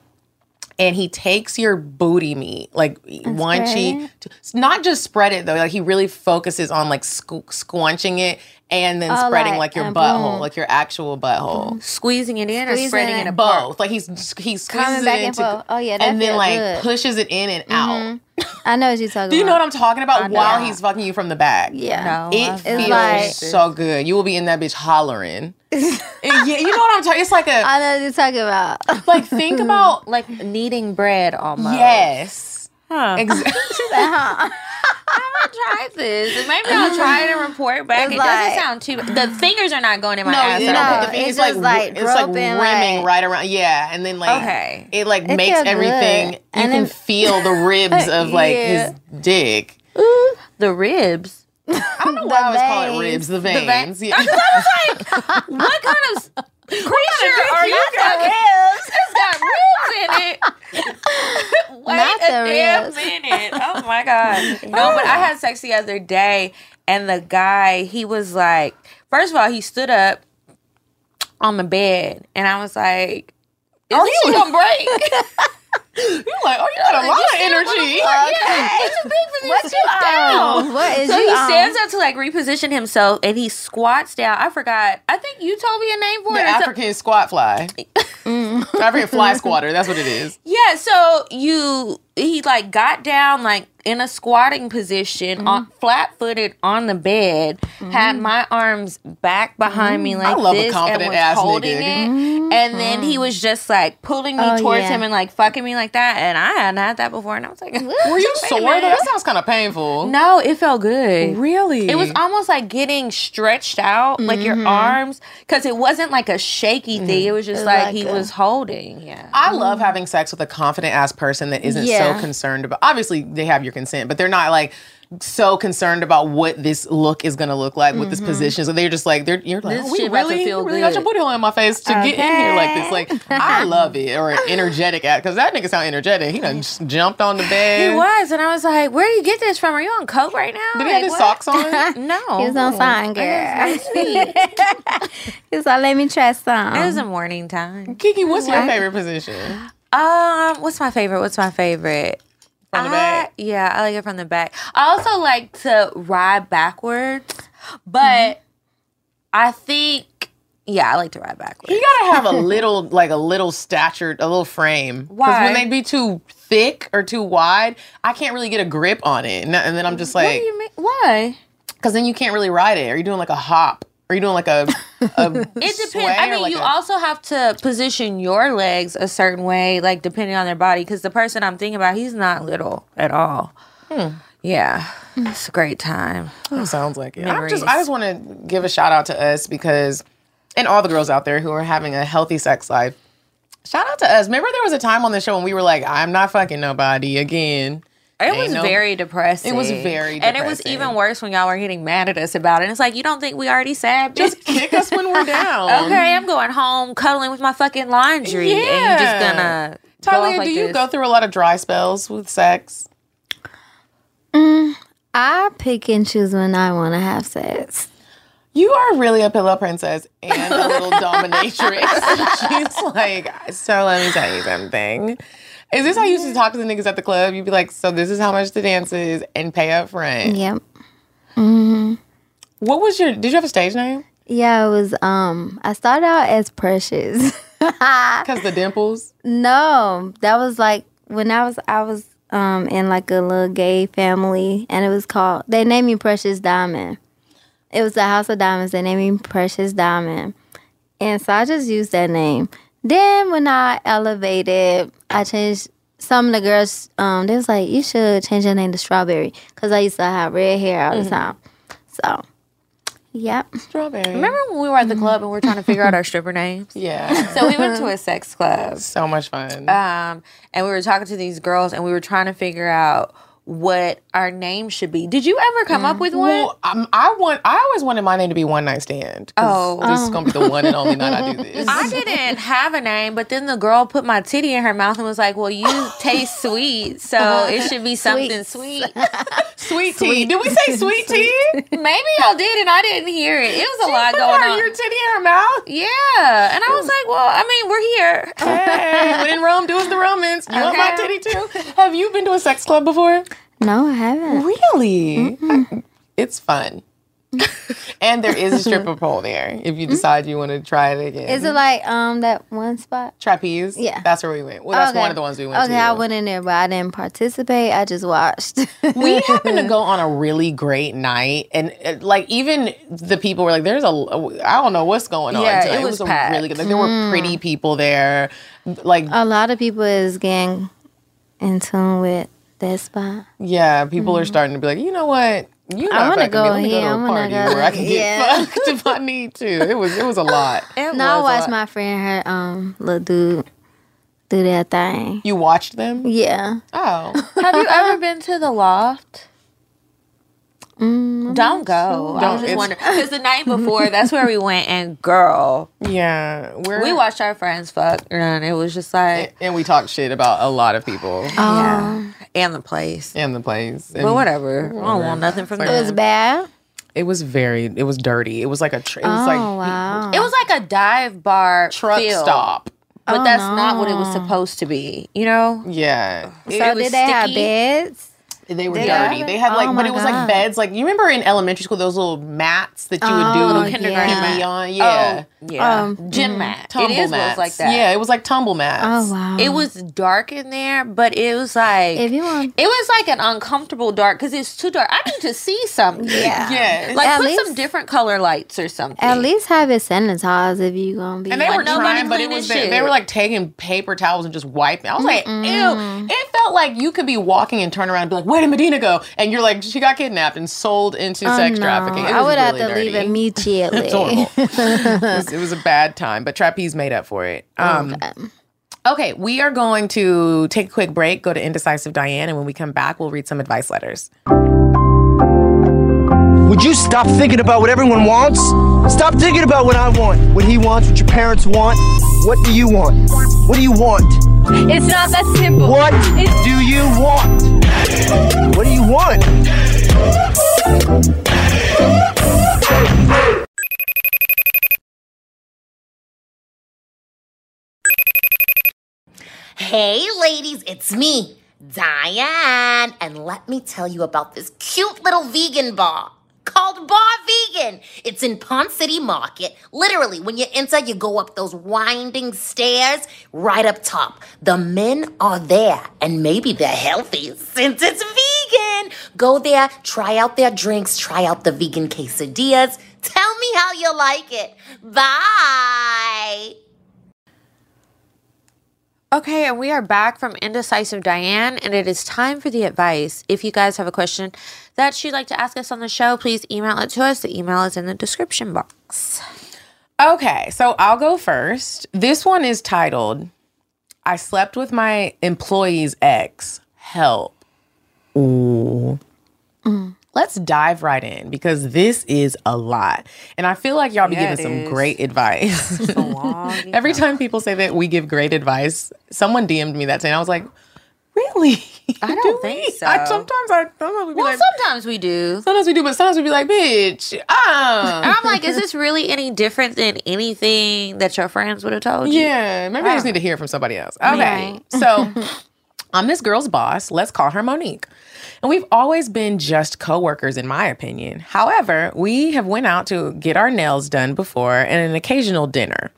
B: And he takes your booty meat, like one
D: great.
B: cheek, to, not just spread it though. Like he really focuses on like squ- squanching it and then
D: Oh,
B: spreading like,
D: like,
B: your
D: uh,
B: butthole,
D: boom. Mm-hmm.
B: like your actual butthole
C: squeezing it in or
D: Squeezing
C: spreading
D: it
C: it apart.
B: both. Like he's he squeezes
D: Coming
B: it
D: back and
B: into,
D: forth. Oh, yeah, that
B: and then
D: feel
B: like
D: good. Mm-hmm.
B: pushes it in and out.
D: I know what you're talking about.
B: Do you know what I'm talking about?
C: know.
B: While he's fucking you from the back,
D: Yeah.
C: No,
B: it
C: I've
B: feels
D: It's like-
B: so good. You will be in that bitch hollering. And yeah, you know what I'm talking. It's like a
D: I Oh, know what you're talking about.
B: like think about
C: like kneading bread almost.
B: yes,
C: Huh.
B: exactly.
C: I'll try this. and Maybe I'll try it and report back.
D: It's
C: It
D: like-
C: doesn't sound too. The fingers are not going in my
B: No,
C: ass.
B: you
C: at
D: no,
B: don't
C: all.
B: put the fingers,
D: it's just like
B: it's like
D: groping,
B: rimming
D: like-
B: right around. Yeah, and then like
C: Okay.
B: it like
D: It
B: makes
D: feel
B: everything.
D: good.
B: You
D: And
B: can
D: it-
B: feel the ribs of like
D: Yeah.
B: his dick.
C: The ribs.
B: I don't know why I always call it
D: veins.
B: ribs. The
C: The veins.
B: veins. Yeah.
C: What kind of s- creature are you?
D: Not the
C: fucking-
D: ribs.
C: It's got ribs in it. Wait
D: Not
C: a
D: the
C: damn
D: ribs.
C: minute. Oh my god. No, but I had sex the other day, and the guy he was like, first of all, he stood up on the bed, and I was like, "Is
B: Oh,
C: this
B: you-
C: gonna break?"
B: You're like, oh, you got a lot of energy.
C: yeah, it's too big for this.
D: What you on? What is
C: So
D: you
C: he um,
D: on?
C: stands up to like reposition himself and he squats down. I forgot. I think you told me a name for
B: The
C: it. or something.
B: African squat fly. African fly squatter. That's what it is.
C: Yeah, so you he like got down like in a squatting position on flat footed on the bed, had my arms back behind me like
B: love a
C: this
B: confident
C: and was
B: ass
C: holding
B: nigga.
C: it. And then he was just like pulling me
D: Oh,
C: towards
D: yeah.
C: him and like fucking me like that. And I hadn't had that before and I was like
B: Were you sore though?
C: minute.
B: That sounds kind of painful.
C: No, it felt good.
B: Really?
C: It was almost like getting stretched out, like your arms, because it wasn't like a shaky thing. It was just like,
D: like
C: he
D: a-
C: was holding. Yeah.
B: I love having sex with a confident ass person that isn't so
D: Yeah.
B: concerned about. Obviously, they have your consent, but they're not like so concerned about what this look is going to look like, what this position. So they're just like, they're you're like,
C: Mm-hmm. This
B: oh, we
C: shit about to
B: really,
C: feel
B: you really got
C: good."
B: your booty hole in my face to get in here like this. Like, I love it. Or an energetic act because that nigga sound energetic. He done just jumped on the bed.
C: It was, and I was like, "Where do you get this from? Are you on coke right now?"
B: Did he have
C: Like,
B: his
C: what?
B: socks on?
C: No,
D: He was on sign, girl. he was like, let me try some.
C: It was a morning time.
B: Kiki, what's your favorite position?
C: Um, what's my favorite? What's my favorite?
B: From the
C: I-
B: back.
C: Yeah, I like it from the back. I also like to ride backwards, but I think yeah, I like to ride backwards.
B: You gotta have a little, like a little stature, a little frame. Because
C: Why?
B: when they be too thick or too wide, I can't really get a grip on it, and, and then I'm just
C: What do
B: like,
C: you mean? Why?
B: because then you can't really ride it. Are you doing like a hop? Are you doing like a? a
C: It depends.
B: sway
C: I
B: or
C: mean,
B: like
C: you
B: a-
C: also have to position your legs a certain way, like depending on their body, because the person I'm thinking about, he's not little at all. Yeah, it's a great time.
B: That sounds like it. I'm just,
C: Memories.
B: I just want to give a shout out to us because, and all the girls out there who are having a healthy sex life. Shout out to us. Remember, there was a time on the show when we were like, "I'm not fucking nobody again."
C: It was
B: no-
C: very depressing.
B: It was very
C: and it was
B: depressing.
C: even worse when y'all were getting mad at us about it. And it's like you don't think we already sad? bitch?
B: Just kick us when we're down.
C: okay, I'm going home cuddling with my fucking laundry, and you're just
B: Yeah.
C: gonna. go off
B: Talia,
C: like
B: do you
C: this.
B: go through a lot of dry spells with sex?
D: I pick and choose when I want to have sex.
B: You are really a pillow princess and a little dominatrix. She's like, so let me tell you something. Is this how you used to talk to the niggas at the club? You'd be like, so this is how much the dance is and pay up front.
D: Yep.
B: What was your, did you have a stage name?
D: Yeah, it was. Um, I started out as Precious.
B: Because the dimples.
D: no, that was like when I was I was um in like a little gay family, and it was called. They named me Precious Diamond. It was the House of Diamonds. They named me Precious Diamond, and so I just used that name. Then when I elevated, I changed. Some of the girls, um, they was like, "You should change your name to Strawberry," because I used to have red hair all the time. So, yep.
B: Strawberry.
C: Remember when we were at the club and we were trying to figure out our stripper names?
B: Yeah.
C: So we went to a sex club.
B: so much fun.
C: um, and we were talking to these girls and we were trying to figure out what our name should be. Did you ever come up with one?
B: Well, um, I want. I always wanted my name to be one night stand. 'cause
C: Oh.
B: this is gonna be the one and only night I do this.
C: I didn't have a name, but then the girl put my titty in her mouth and was like, "Well, you taste sweet, so it should be something sweet."
B: sweet tea. Did we say sweet tea?
C: Maybe y'all did, and I didn't hear it. It was a lot
B: Put
C: going
B: her-
C: on.
B: Your titty in her mouth.
C: yeah, and I was like, "Well, I mean, we're here."
B: Hey, when in Rome, do as the Romans. You want my
C: Okay.
B: titty too? Have you been to a sex club before?
D: No, I haven't.
B: Really? It's fun. and there is a stripper pole there if you decide you want to try it again.
D: Is it like um that one spot?
B: trapeze?
D: Yeah.
B: That's where we went. Well, that's
D: Okay.
B: one of the ones we went
D: Okay,
B: to.
D: I went in there, but I didn't participate. I just watched.
B: we happened to go on a really great night, and uh, like even the people were like, "There's a, uh, I don't know what's going on."
C: Yeah,
B: tonight."
C: it was
B: a
C: packed.
B: really good. Like there were pretty people there, like
D: a lot of people is getting in tune with that spot.
B: yeah, people are starting to be like, you know what. You know,
D: Mm-hmm. I
B: if
D: wanna
B: could
D: go
B: get- let me
D: here.
B: go
D: I
B: to a
D: wanna
B: party
D: go-
B: where I can get
D: yeah.
B: fucked if I need to. It was it was a lot.
C: It
D: No, I
C: was a
D: watched
C: lot.
D: my friend her um little dude do that thing.
B: You watched them?
D: Yeah,
B: Oh,
C: Have you ever been to the loft? Don't go.
B: Don't.
C: I was just
B: It's-
C: wondering. Because the night before, that's where we went, and girl,
B: yeah. We're,
C: we watched our friends fuck, and it was just like,
B: and we talked shit about a lot of people
D: Oh.
C: yeah, and the place.
B: and the place. And
C: But whatever. I don't want nothing from
D: it was
C: them.
D: bad.
B: It was very. It was dirty. It was like a. Tr- it was
D: Oh
B: like
D: wow,
C: It was like a dive bar
B: truck
C: feel,
B: stop.
D: Oh,
C: but that's not what it was supposed to be. You know,
B: Yeah, It-
D: so
C: was
D: did they have
C: sticky.
D: beds?
B: they were
D: Did
B: dirty.
D: I?
B: They had
D: Oh
B: like, but
D: my
B: it was like
D: God.
B: beds. Like you remember in elementary school, those little mats that you would do
D: Oh,
B: little
D: kindergarten
B: kindergarten
D: mat.
B: beyond. Yeah,
C: yeah,
D: Um,
C: gym mat.
B: tumble
C: it is
B: mats.
C: was like that.
B: Yeah, it was like tumble mats.
D: Oh wow,
C: it was dark in there, but it was like
D: If you want,
C: it was like an uncomfortable dark because it's too dark. I need to see something.
D: yeah.
B: Yeah,
C: Like
D: At
C: put some
D: least-
C: different color lights or something.
D: At least have it sanitized if you gonna be.
B: And they
D: like-
B: were
C: nobody
B: trying, but it
C: clean
B: was
C: this
B: they, they
C: shit.
B: were like taking paper towels and just wiping. I was like, ew. It felt like you could be walking and turn around and be like, where did Medina go? And you're like, she got kidnapped and sold into sex
D: Oh, No,
B: trafficking. It
D: I
B: was
D: would have
B: really
D: to leave
B: dirty.
D: immediately.
B: It's horrible. it, was, it was a bad time, but trapeze made up for it. Um, okay, we are going to take a quick break, go to Indecisive Diane, and when we come back, we'll read some advice letters.
F: Would you stop thinking about what everyone wants? Stop thinking about what I want, what he wants, what your parents want. What do you want? What do you want?
G: It's not that simple.
F: What do you want? What do you want?
H: Hey, ladies, it's me, Diane. And let me tell you about this cute little vegan bar called Bar Vegan. It's in Pond City Market. Literally, when you enter, you go up those winding stairs right up top. The men are there, and maybe they're healthy since it's vegan. Go there, try out their drinks, try out the vegan quesadillas. Tell me how you like it. Bye.
C: Okay, and we are back from Indecisive Diane, and it is time for the advice. If you guys have a question that you'd like to ask us on the show, please email it to us. The email is in the description box.
B: Okay, so I'll go first. This one is titled I Slept with My Employee's Ex. Help. Ooh. Let's dive right in because this is a lot. And I feel like y'all be
C: Yeah,
B: giving
C: it
B: some
C: is.
B: great advice. Every time people say that we give great advice, someone DM'd me that day and I was like, really?
C: I don't think so.
B: I, sometimes I sometimes we be
C: well,
B: like,
C: sometimes we do.
B: sometimes we do, but sometimes we be like, bitch, um.
C: And I'm like, is this really any different than anything that your friends would have told you?
B: Yeah, maybe I just need to hear from somebody else. Okay, so I'm this girl's boss. Let's call her Monique. And we've always been just coworkers in my opinion. However, we have went out to get our nails done before and an occasional dinner.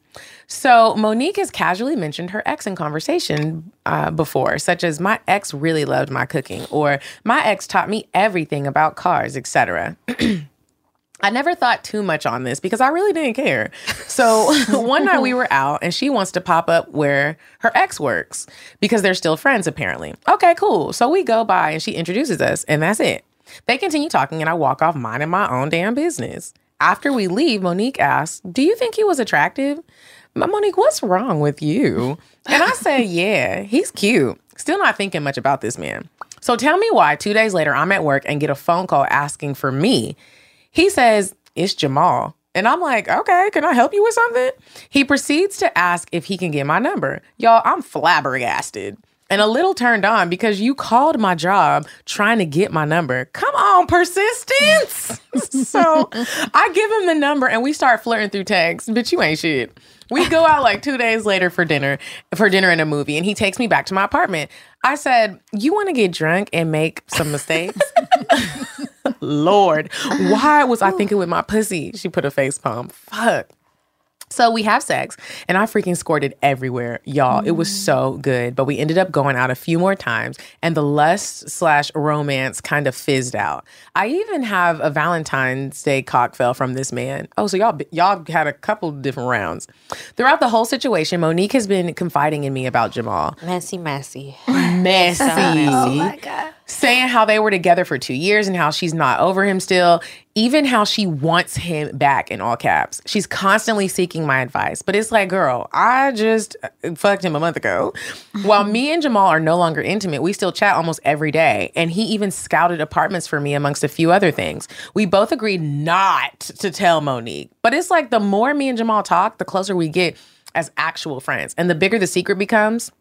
B: So Monique has casually mentioned her ex in conversation uh, before, such as my ex really loved my cooking or my ex taught me everything about cars, etc. I never thought too much on this because I really didn't care. So one night we were out and she wants to pop up where her ex works because they're still friends apparently. Okay, cool. So we go by and she introduces us and that's it. They continue talking and I walk off minding my own damn business. After we leave, Monique asks, Do you think he was attractive? "Ma- Monique, what's wrong with you? And I say, Yeah, he's cute. Still not thinking much about this man. So tell me why two days later I'm at work and get a phone call asking for me. He says, It's Jamal. And I'm like, okay, can I help you with something? He proceeds to ask if he can get my number. Y'all, I'm flabbergasted and a little turned on because you called my job trying to get my number. Come on, persistence. so I give him the number and we start flirting through text. Bitch, you ain't shit. We go out like two days later for dinner, for dinner and a movie, and he takes me back to my apartment. I said, You want to get drunk and make some mistakes? Lord, why was I thinking with my pussy? She put a face palm. Fuck. So we have sex, and I freaking squirted everywhere, y'all. It was so good, but we ended up going out a few more times, and the lust slash romance kind of fizzed out. I even have a Valentine's Day cocktail from this man. Oh, so y'all y'all had a couple different rounds. Throughout the whole situation, Monique has been confiding in me about Jamal
C: Messy, messy.
B: messy. oh my god. Saying how they were together for two years and how she's not over him still, even how she wants him back in all caps. She's constantly seeking my advice, but it's like, girl, I just uh, fucked him a month ago. While me and Jamal are no longer intimate, we still chat almost every day, and he even scouted apartments for me amongst a few other things. We both agreed not to tell Monique, but it's like the more me and Jamal talk, the closer we get as actual friends, and the bigger the secret becomes.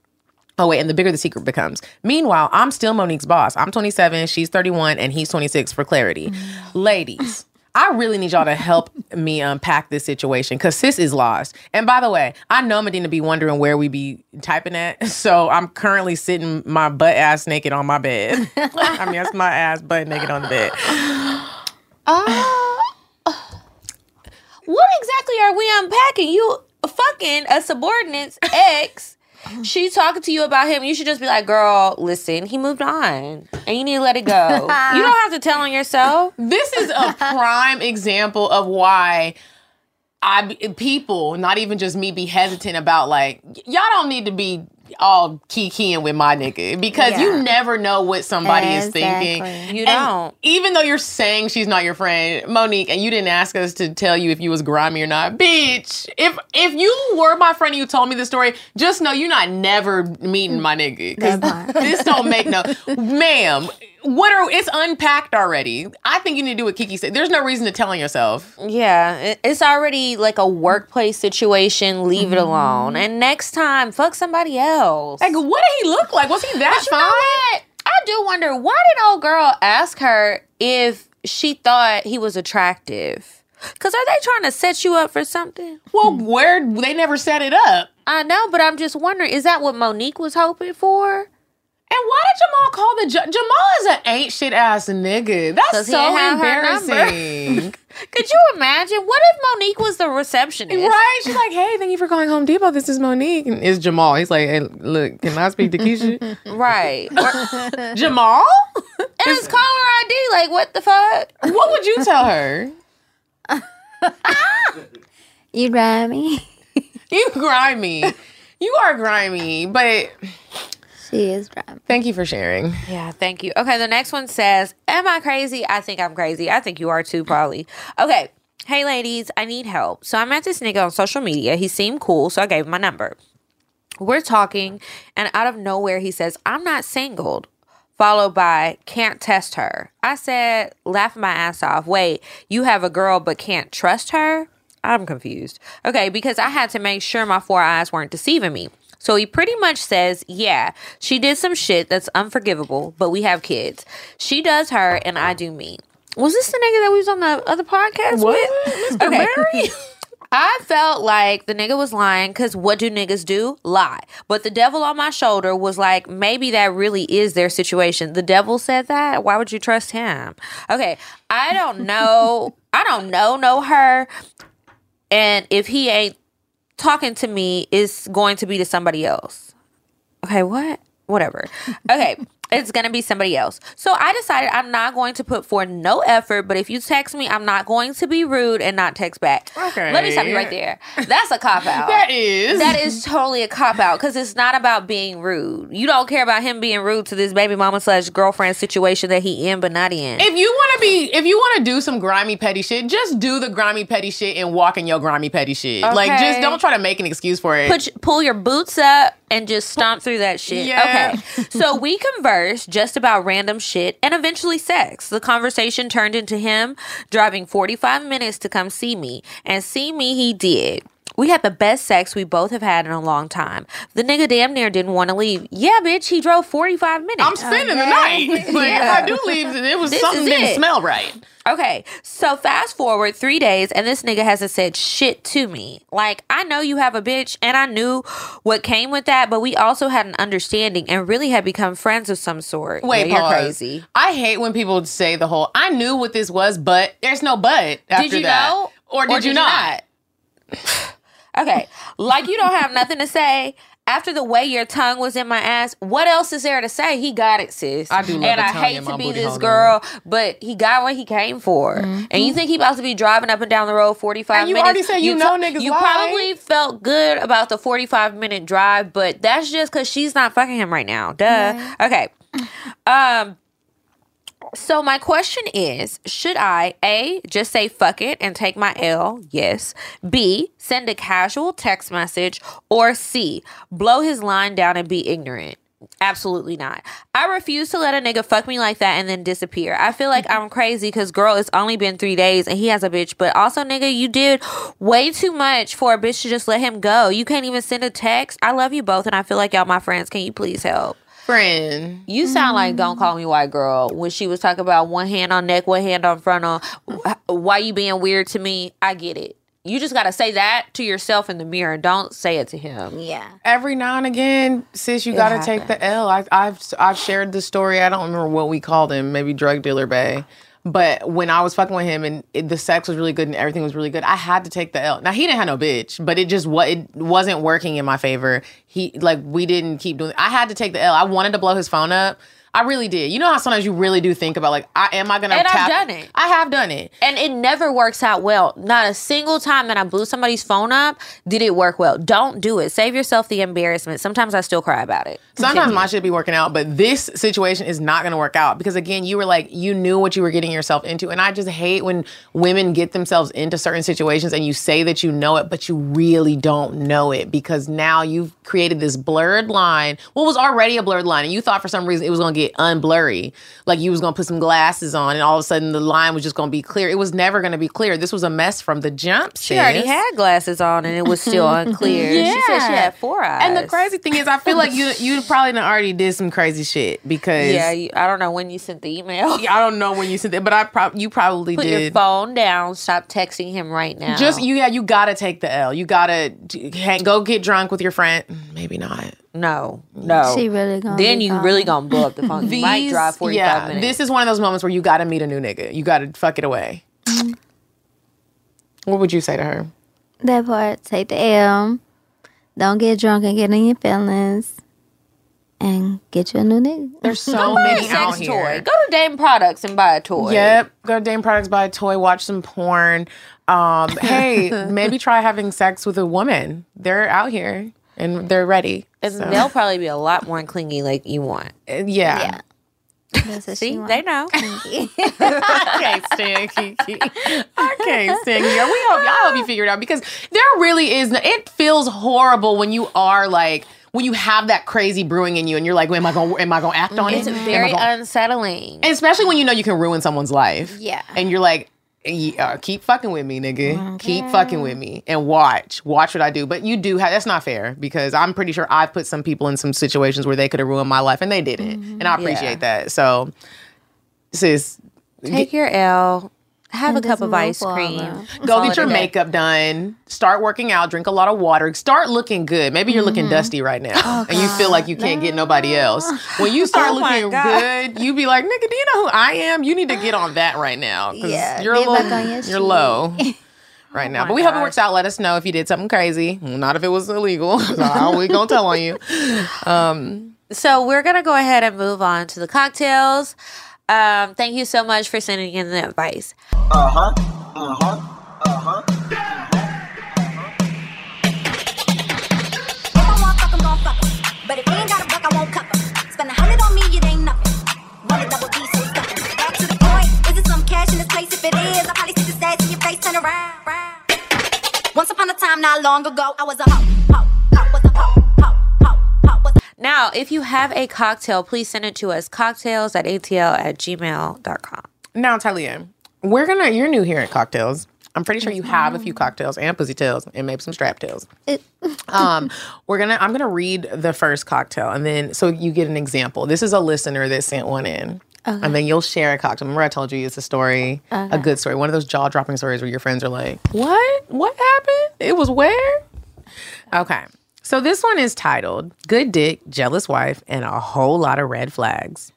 B: Oh, wait, and the bigger the secret becomes. Meanwhile, I'm still Monique's boss. I'm 27, she's 31, and he's 26 for clarity. Ladies, I really need y'all to help me unpack this situation because sis is lost. And by the way, I know Medina be wondering where we be typing at. So I'm currently sitting my butt ass naked on my bed. I mean, that's my ass butt naked on the bed.
C: Uh, What exactly are we unpacking? You fucking a subordinate's ex. She's talking to you about him. You should just be like, girl, listen, he moved on. And you need to let it go. you don't have to tell on yourself.
B: This is a prime example of why I be- people, not even just me, be hesitant about like y- y'all don't need to be all kikiing with my nigga because you
D: Yeah.
B: never know what somebody is thinking.
D: Exactly.
C: You
B: And
C: don't.
B: even though you're saying she's not your friend, Monique, and you didn't ask us to tell you if you was grimy or not, bitch. If if you were my friend and you told me the story, just know you're not never meeting my nigga. 'Cause
D: That part.
B: this don't make no, ma'am. What are it's unpacked already? I think you need to do what Kiki said. There's no reason to tell on yourself.
C: Yeah, it- it's already like a workplace situation. Leave it alone. And next time, fuck somebody else.
B: Like, what did he look like? Was he that
C: you know what? I do wonder why did old girl ask her if she thought he was attractive? Cause are they trying to set you up for something?
B: fine? Well, where they never set it up.
C: I know, but I'm just wondering, is that what Monique was hoping for?
B: And why did Jamal call the ju- Jamal is an ain't shit ass nigga. That's
C: 'Cause he
B: so
C: didn't have her
B: embarrassing,
C: Could you imagine? What if Monique was the receptionist?
B: right? She's like, "Hey, thank you for calling Home Depot. This is Monique." And it's Jamal. He's like, "Hey, look, can I speak to Keisha?"
C: Right. Or-
B: Jamal,
C: and it's caller ID. Like, what the fuck?
B: what would you tell her?
D: You grimy.
B: You grimy. You are grimy, but
D: She is grimy.
B: thank you for sharing.
C: Yeah, thank you. Okay, the next one says, Am I crazy? I think I'm crazy. I think you are too, probably. Okay. Hey, ladies, I need help. So I met this nigga on social media. He seemed cool, so I gave him my number. We're talking, and out of nowhere, he says, I'm not singled. Followed by, can't test her. I said, laughing my ass off. Wait, you have a girl but can't trust her? I'm confused. Okay, because I had to make sure my four eyes weren't deceiving me. So he pretty much says, yeah, she did some shit that's unforgivable, but we have kids. She does her, and I do me. Was this the nigga that we was on the other podcast with? Okay. I felt like the nigga was lying because what do niggas do? Lie. But the devil on my shoulder was like, maybe that really is their situation. The devil said that. Why would you trust him? Okay. I don't know. I don't know, know her. And if he ain't talking to me, it's going to be to somebody else okay, what? Whatever. Okay, it's gonna be somebody else. So I decided I'm not going to put forth no effort, but if you text me, I'm not going to be rude and not text back.
B: Okay.
C: Let me stop you right there. That's a cop out.
B: That is.
C: That is totally a cop out because it's not about being rude. You don't care about him being rude to this baby mama slash girlfriend situation that he in but not in.
B: If you want to be, if you want to do some grimy petty shit, just do the grimy petty shit and walk in your grimy petty shit. Like,
C: Okay.
B: just don't try to make an excuse for it.
C: put y- pull your boots up and just stomp through that shit.
B: Yeah.
C: Okay. So we conversed just about random shit and eventually sex. The conversation turned into him driving 45 minutes to come see me. And see me he did. We had the best sex we both have had in a long time. The nigga damn near didn't want to leave. Yeah, bitch, he drove 45 minutes. Oh.
B: I'm spending the night. Like, if I do leave, it was
C: This
B: something
C: is
B: didn't
C: it.
B: smell right.
C: Okay, so fast forward three days, and this nigga hasn't said shit to me. Like, I know you have a bitch, and I knew what came with that, but we also had an understanding and really had become friends of some sort.
B: Wait,
C: Yeah,
B: pause.
C: you're crazy.
B: I hate when people say the whole "I knew what this was," but there's no but. After
C: Did you
B: that.
C: know?
B: or did, you not?
C: okay, like you don't have nothing to say. After the way your tongue was in my ass, what else is there to say? He got it, sis.
B: I do love
C: and
B: a
C: I
B: tongue
C: hate
B: in my
C: to be
B: booty
C: this
B: hole,
C: girl, but he got what he came for. And you think he about to be driving up and down the road forty
B: Mm-hmm.
C: five
B: And you
C: minutes?
B: already said you know niggas
C: You
B: lie.
C: probably felt good about the forty five minute drive, but that's just because she's not fucking him right now. Duh. Okay. Um. So my question is, should I A just say fuck it and take my L? Yes. B send a casual text message or C blow his line down and be ignorant. Absolutely not. I refuse to let a nigga fuck me like that and then disappear. I feel like I'm crazy because girl, it's only been three days and he has a bitch. But also, nigga, you did way too much for a bitch to just let him go. You can't even send a text. I love you both and I feel like y'all my friends. Can you please help?
B: Friend,
C: You sound
B: Mm-hmm.
C: like "Don't Call Me White Girl" when she was talking about one hand on neck, one hand on frontal. Wh- Why you being weird to me? I get it. You just gotta say that to yourself in the mirror. Don't say it to him.
D: Yeah.
B: every now and again, sis, you gotta take the L. I, I've I've shared the story. I don't remember what we called him, maybe drug dealer bay. But when I was fucking with him and it, the sex was really good and everything was really good, I had to take the L. Now he didn't have no bitch, but it just what it wasn't working in my favor. He like we didn't keep doing. I had to take the L. I wanted to blow his phone up. I really did. You know how sometimes you really do think about like, I, am I gonna?
C: And I've
B: tap-
C: done it.
B: I have done it.
C: And it never works out well. Not a single time that I blew somebody's phone up did it work well. Don't do it. Save yourself the embarrassment. Sometimes I still cry about it.
B: Sometimes my shit be working out, but this situation is not gonna work out because again, you were like, you knew what you were getting yourself into. And I just hate when women get themselves into certain situations and you say that you know it, but you really don't know it because now you've created this blurred line. What was already a blurred line, and you thought for some reason it was gonna get unblurry. Like you was gonna put some glasses on and all of a sudden the line was just gonna be clear. It was never gonna be clear. This was a mess from the jump.
C: She already had glasses on and it was still unclear. She said she
B: Yeah.
C: had four eyes.
B: And the crazy thing is, I feel like you you probably done already did some crazy shit because
C: Yeah, you, I don't know when you sent the email.
B: I don't know when you sent that, but I prob- you probably
C: Put your
B: did.
C: phone down. Stop texting him right now.
B: Just you, yeah, you gotta take the L. You gotta d- hang, go get drunk with your friend. Maybe not.
C: No,
B: Oh.
C: no.
D: She really gonna
C: Then
D: be
C: you
D: gone.
C: really gonna blow up the phone. you might
B: These-
C: drive forty five
B: yeah,
C: minutes.
B: This is one of those moments where you gotta meet a new nigga. You gotta fuck it away. what would you say to her?
D: That part, take the L. Don't get drunk and get in your feelings. And get you a new nigga.
B: There's so many out
C: sex
B: here.
C: toy. Go to Dame Products and buy a toy.
B: Yep. Go to Dame Products, buy a toy, watch some porn. Um, hey, maybe try having sex with a woman. They're out here and they're ready. Uh,
C: and they'll probably be a lot more clingy like you want.
B: Yeah.
D: That's what
C: See,
D: she want.
C: they know.
B: I can't stand Kiki. I can't stand Kiki. We hope y'all hope you figure it out because there really is. It feels horrible when you are like when you have that crazy brewing in you, and you're like, am I going? Am I going to act on
C: it's
B: it? Am I
C: very
B: gonna-"
C: unsettling.
B: especially when you know you can ruin someone's life.
D: Yeah.
B: and you're like. Yeah, keep fucking with me, nigga. Keep fucking with me and watch. Watch what I do. But you do have that's not fair because I'm pretty sure I've put some people in some situations where they could have ruined my life and they didn't. And I appreciate that. So sis,
C: Take your L. Have a
D: And
C: cup
D: just
C: of ice
D: move
C: cream.
D: forward.
B: Go
C: Call
B: get
C: it a
B: your
C: day.
B: makeup done. Start working out. Drink a lot of water. Start looking good. Maybe you're
D: Mm-hmm.
B: looking dusty right now,
D: Oh,
B: and you feel like you can't get nobody else. When you start
C: Oh my
B: looking
C: God.
B: good, you be like, "Nigga, do you know who I am? You need to get on that right now because
D: Yeah,
B: you're a
D: get back
B: little,
D: on your Oh,
B: you're
D: shit.
B: low." Right now, but we haven't
C: gosh.
B: worked out. Let us know if you did something crazy. Not if it was illegal. we gonna tell on you.
C: So we're gonna go ahead and move on to the cocktails. Um, thank you so much for sending in the advice.
I: If I want fuck, I'm gon' fuck 'em. But if you ain't got a buck, I won't cup 'em. Spend a hundred on me, it ain't nothing. Wanna double D, so suck 'em. Back to the point, is it some cash in this place? If it is, I probably see the stash in your face, turn around. round. Once upon a time, not long ago, I was a hoe, hoe, hoe, was a hoe, hoe, hoe, hoe, was a
C: Now, if you have a cocktail, please send it to us cocktails at atl at gmail.com.
B: Now, Talia, we're gonna. You're new here at cocktails. I'm pretty sure you have a few cocktails and pussy tails and maybe some strap tails. um, we're gonna. I'm gonna read the first cocktail and then so you get an example. This is a listener that sent one in. And then you'll share a cocktail. Remember, I told you it's a story, a good story, one of those jaw dropping stories where your friends are like, "What? What happened? It was where?" Okay. So this one is titled Good Dick, Jealous Wife, and a Whole Lot of Red Flags.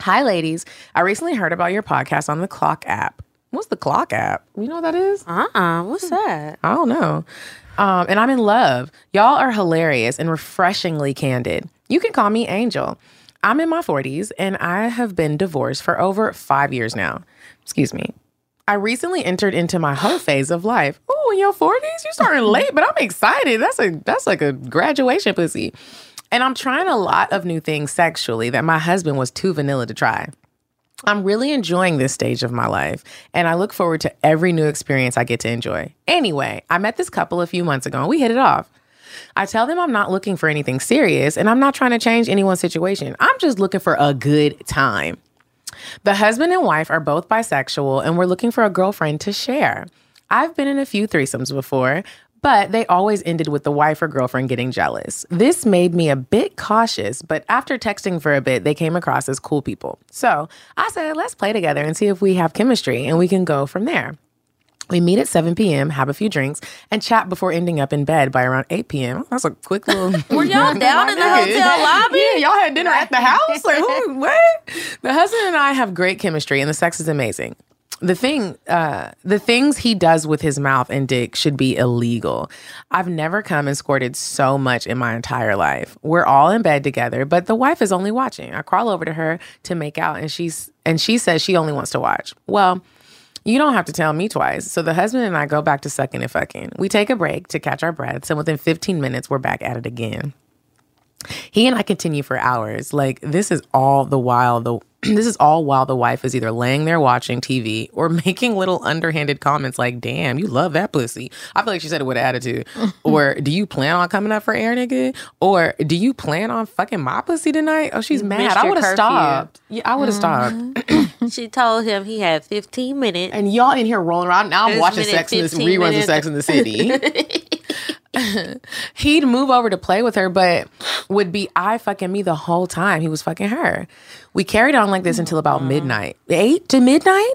B: Hi, ladies. I recently heard about your podcast on the Clock app. What's the Clock app? You know what that is?
C: Uh uh-uh, uh, what's that?
B: I don't know. Um, and I'm in love. Y'all are hilarious and refreshingly candid. You can call me Angel. I'm in my 40s and I have been divorced for over five years now. Excuse me. I recently entered into my whole phase of life. Oh, in your 40s? You starting late, but I'm excited. That's a that's like a graduation pussy. And I'm trying a lot of new things sexually that my husband was too vanilla to try. I'm really enjoying this stage of my life, and I look forward to every new experience I get to enjoy. Anyway, I met this couple a few months ago and we hit it off. I tell them I'm not looking for anything serious and I'm not trying to change anyone's situation. I'm just looking for a good time. The husband and wife are both bisexual and we're looking for a girlfriend to share. I've been in a few threesomes before, but they always ended with the wife or girlfriend getting jealous. This made me a bit cautious, but after texting for a bit, they came across as cool people. So I said, let's play together and see if we have chemistry and we can go from there. We meet at 7 p.m., have a few drinks, and chat before ending up in bed by around 8 p.m. That's a quick little.
C: Were y'all down in the hotel lobby?
B: Yeah, y'all had dinner at the house. Like, who, what? The husband and I have great chemistry, and the sex is amazing. The thing, uh, the things he does with his mouth and dick should be illegal. I've never come and squirted so much in my entire life. We're all in bed together, but the wife is only watching. I crawl over to her to make out, and she's and she says she only wants to watch. Well. You don't have to tell me twice. So the husband and I go back to sucking and fucking. We take a break to catch our breaths, and within 15 minutes, we're back at it again he and I continue for hours. Like this is all the while the this is all while the wife is either laying there watching TV or making little underhanded comments like, "Damn, you love that pussy." I feel like she said it with an attitude. or do you plan on coming up for air, nigga? Or do you plan on fucking my pussy tonight? Oh, she's mad.
C: missed
B: I
C: your
B: would have
C: curfew. Mm-hmm.
B: stopped. Yeah, I would have stopped.
C: She told him he had 15 minutes.
B: And y'all in here rolling around. Now I'm
C: It's
B: watching
C: minute
B: Sex in this
C: 15
B: reruns of
C: minutes.
B: Sex in the City. he'd move over to play with her, but would be I fucking me the whole time. He was fucking her. We carried on like this until about midnight, eight to midnight.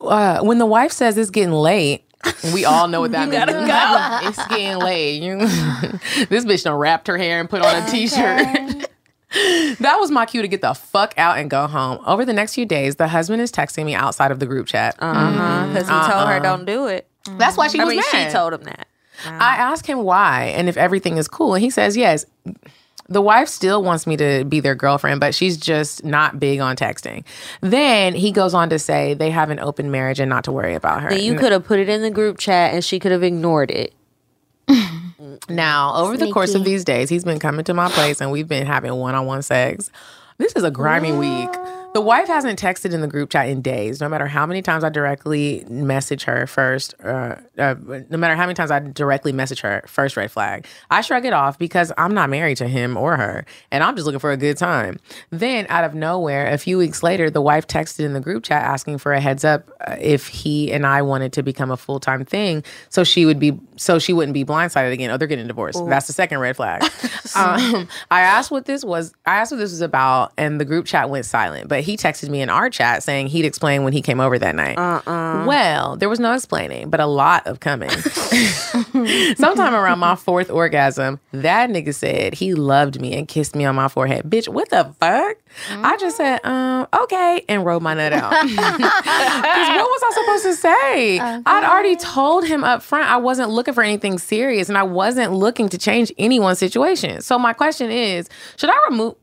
B: Uh, when the wife says it's getting late, we all know what that means. go. It's getting late. You- this bitch done wrapped her hair and put on a t-shirt. That was my cue to get the fuck out and go home. Over the next few days, the husband is texting me outside of the group chat. Mm-hmm.
C: Uh-huh, because he told her don't do it.
B: That's why she
C: I
B: was
C: mean,
B: mad.
C: she told him that.
B: I ask him why and if everything is cool, and he says yes. The wife still wants me to be their girlfriend, but she's just not big on texting. Then he goes on to say they have an open marriage and not to worry about her.
C: Then you could have put it in the group chat and she could have ignored it.
B: Now, over the course of
D: Sneaky.
B: these days, he's been coming to my place and we've been having one on one sex. This is a grimy week. The wife hasn't texted in the group chat in days, no matter how many times I directly message her first, uh, uh, no matter how many times I directly message her, first red flag. I shrug it off because I'm not married to him or her, and I'm just looking for a good time. Then, out of nowhere, a few weeks later, the wife texted in the group chat asking for a heads up uh, if he and I wanted to become a full time thing, so she would be, so she wouldn't be blindsided again. Oh, they're getting divorced. That's the second red flag. um, I asked what this was. I asked what this was about, and the group chat went silent. But he texted me in our chat saying he'd explain when he came over that night. Uh-uh. Well, there was no explaining, but a lot of coming. Sometime around my fourth orgasm, that nigga said he loved me and kissed me on my forehead. Bitch, what the fuck? I just said, um, okay, and rolled my nut out. 'Cause what was I supposed to say? I'd already told him up front I wasn't looking for anything serious and I wasn't looking to change anyone's situation. So my question is, should I remove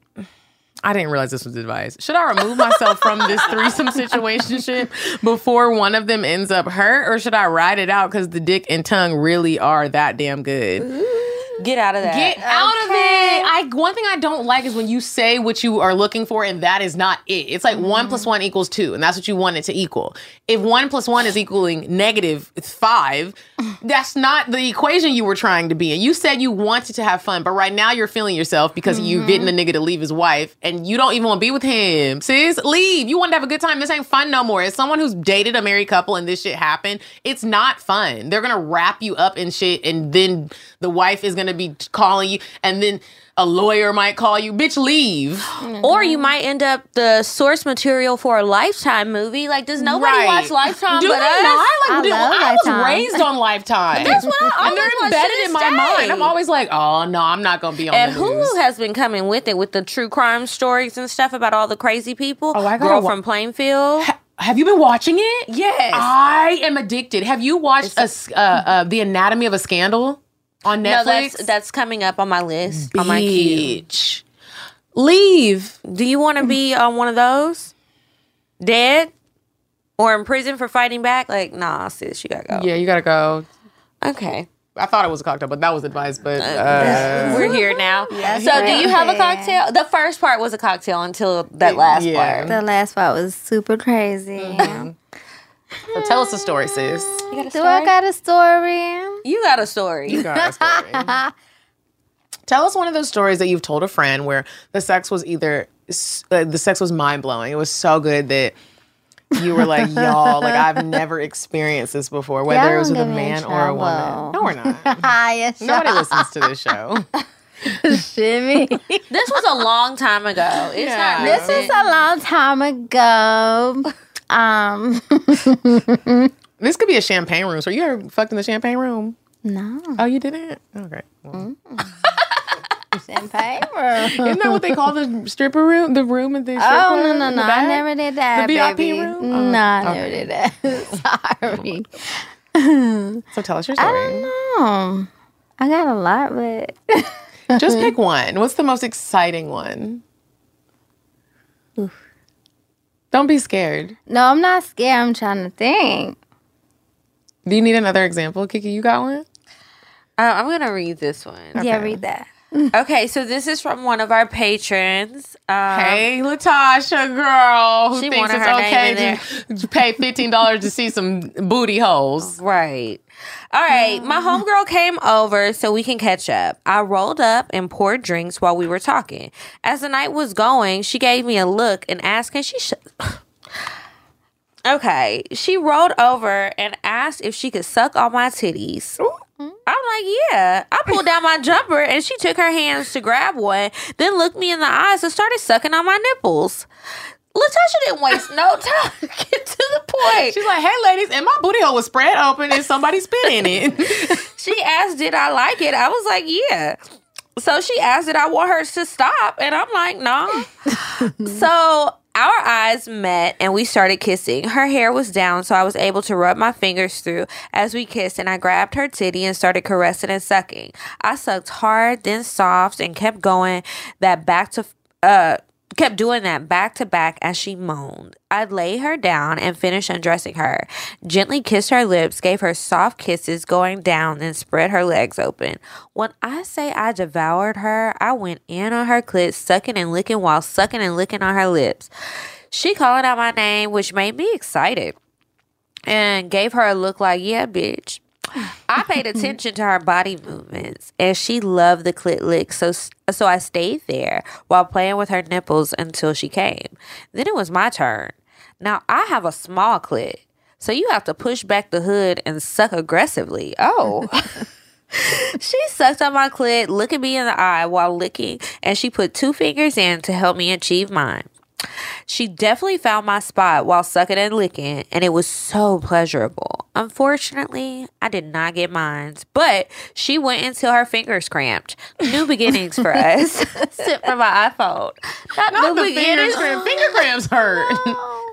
B: I didn't realize this was advice. Should I remove myself from this threesome situationship before one of them ends up hurt, or should I ride it out because the dick and tongue really are that damn good?
C: Get out of that.
B: Get out of it! I one thing I don't like is when you say what you are looking for and that is not it. It's like one plus one equals two, and that's what you want it to equal. If one plus one is equaling negative five, that's not the equation you were trying to be in. You said you wanted to have fun, but right now you're feeling yourself because
C: Mm-hmm.
B: you're getting the nigga to leave his wife, and you don't even want to be with him. Sis, leave. You wanted to have a good time. This ain't fun no more. As someone who's dated a married couple and this shit happened, it's not fun. They're gonna wrap you up in shit, and then the wife is gonna be calling you, and then a lawyer might call you, bitch, leave.
C: Or you might end up the source material for a Lifetime movie. Like, does nobody
B: Right.
C: watch Lifetime
B: Do
C: but
B: they not?
C: us?
B: Like,
D: I
B: dude,
D: love
B: I was
D: Lifetime.
B: raised on Lifetime.
C: That's what I
B: and they're
C: always watch to
B: embedded
C: this
B: in my
C: day.
B: mind. I'm always like, oh no, I'm not gonna be on
C: And
B: the news.
C: Hulu has been coming with it with the true crime stories and stuff about all the crazy people.
B: Oh, I gotta
C: Girl
B: wa-
C: from Plainfield.
B: Have you been watching it?
C: Yes.
B: I am addicted. Have you watched a, s- uh, uh, the Anatomy of a Scandal on
C: no,
B: Netflix?
C: that's that's coming up on my list. On my queue.
B: Bitch. Leave.
C: Do you want to be on one of those? Dead? Or in prison for fighting back? Like, nah, sis, you gotta go. Uh,
B: Yeah, you gotta go.
C: Okay.
B: I thought it was a cocktail, but that was advice. But uh,
C: We're here now. so, do you have a cocktail? The first part was a cocktail until that last
B: yeah.
C: part.
D: The last part was super crazy.
B: Mm-hmm. So tell us a story, sis.
D: Do I got a story?
C: You got a story.
B: Tell us one of those stories that you've told a friend where the sex was either s- uh, the sex was mind blowing. It was so good that you were like, y'all, like I've never experienced this before, whether
D: Y'all
B: it was with a
D: don't get me in
B: man or a woman.
D: trouble.
B: No, we're not.
D: Hi, Ah, yes,
B: Nobody listens to this show.
D: Shimmy.
C: This was a long time ago. It's
B: Yeah.
C: not
D: this
C: recent.
D: was a long time ago. Um,
B: This could be a champagne room. So you ever fucked in the champagne room?
D: no,
B: Oh, you didn't? Okay. Well,
D: in paper.
B: Isn't that what they call the stripper room? The room in the strip
D: Oh
B: club
D: no
B: in
D: no
B: the
D: no! I
B: back?
D: never did that,
B: The VIP
D: baby.
B: room? Oh,
D: No, I never
B: okay.
D: did that. Sorry.
B: So tell us your story.
D: Um, I got a lot, but
B: Just pick one. What's the most exciting one? Don't be scared.
D: no, I'm not scared. I'm trying to think.
B: Do you need another example, Kiki? You got one?
C: Uh, I'm gonna read this one.
D: Yeah, read that.
C: Okay, so this is from one of our patrons. Um,
B: Hey, Latasha, girl, who
C: She
B: thinks
C: wanted
B: it's
C: her name
B: okay
C: in
B: to, to pay fifteen dollars to see some booty holes.
C: Right. All right. My homegirl came over so we can catch up. I rolled up and poured drinks while we were talking. As the night was going, she gave me a look and asked, Can she. Sh-? okay. She rolled over and asked if she could suck on my titties. I'm like, yeah. I pulled down my jumper and she took her hands to grab one, then looked me in the eyes and started sucking on my nipples. Latasha didn't waste no time to get to the point.
B: She's like, "Hey, ladies, and my booty hole was spread open, and somebody spit in it."
C: She asked, Did I like it? I was like, Yeah. So she asked, Did I want her to stop? And I'm like, No. so our eyes met and we started kissing. Her hair was down, so I was able to rub my fingers through as we kissed, and I grabbed her titty and started caressing and sucking. I sucked hard, then soft, and kept going that back to uh kept doing that back to back as she moaned. I lay her down and finished undressing her, gently kissed her lips, gave her soft kisses going down, then spread her legs open. When I say I devoured her, I went in on her clit, sucking and licking while sucking and licking on her lips. She calling out my name, which made me excited, and gave her a look like, yeah, bitch. I paid attention to her body movements, and she loved the clit lick. So, so I stayed there while playing with her nipples until she came. Then it was my turn. Now I have a small clit, so you have to push back the hood and suck aggressively. Oh. She sucked on my clit, looking me in the eye while licking, and she put two fingers in to help me achieve mine. She definitely found my spot while sucking and licking, and it was so pleasurable. Unfortunately, I did not get mine, but she went until her fingers cramped. New beginnings for us. Sent from my iPhone. Not,
B: Not
C: new
B: the
C: beginnings.
B: fingers. gram- Finger grams hurt.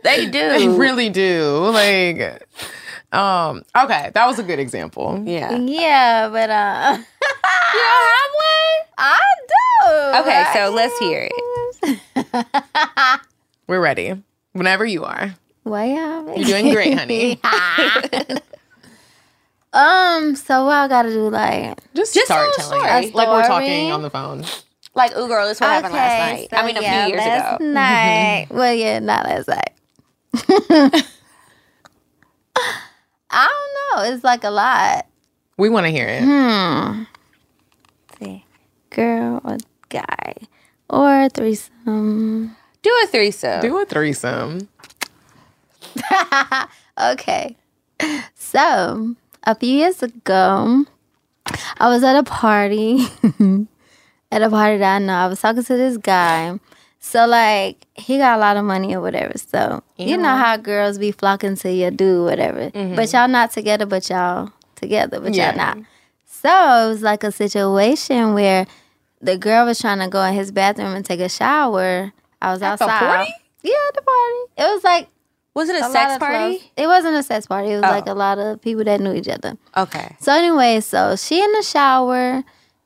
C: They do.
B: they really do. Like, um, okay, that was a good example.
C: Yeah. You
D: Yeah, but uh,
C: don't have one?
D: I do.
C: Okay, so let's hear it.
B: We're ready. Whenever you are,
D: why y'all?
B: you're doing great, honey.
D: Um, so what I gotta do? Like,
B: Just,
C: Just
B: start
C: tell a
B: telling
C: story.
B: us like we're talking
D: Story.
B: on the phone.
C: Like, ooh, girl, this what happened last
D: okay,
C: night.
D: so
C: I mean, a
D: yeah,
C: few years
D: last
C: ago. Mm-hmm.
D: Night. Well, yeah, not last night. I don't know. It's like a lot.
B: We want to hear it.
D: See, girl or guy or threesome.
C: Do a threesome.
B: Do a threesome.
D: Okay. So, a few years ago, I was at a party. at a party that I know. I was talking to this guy. So, like, he got a lot of money or whatever. So, you know how girls be flocking to your dude, whatever. But y'all not together, but y'all together, but
B: Mm-hmm. Yeah.
D: y'all not. So, it was like a situation where the girl was trying to go in his bathroom and take a shower. I was outside.
B: party?
D: Yeah, at the party. It was like
C: Was it a,
D: a lot
C: sex
D: of
C: party? Oh.
D: close- It wasn't a sex party. It was like a lot of people that knew each other.
C: Okay.
D: So anyway, so she in the shower.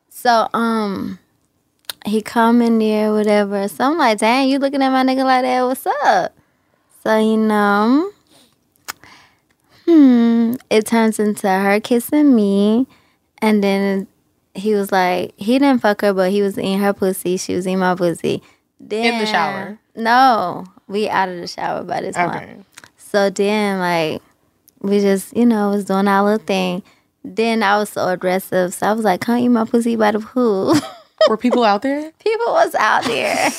D: So um, he come in there, whatever. So I'm like, dang, you looking at my nigga like that? What's up? So you know, hmm, it turns into her kissing me, and then he was like, he didn't fuck her, but he was eating her pussy. She was eating my pussy. Then,
B: the shower?
D: No, we out of the shower by this point.
B: Okay.
D: So then, like, we just, you know, was doing our little thing. Then I was so aggressive. So I was like, come eat my pussy by the pool.
B: Were people out there?
D: People was out there.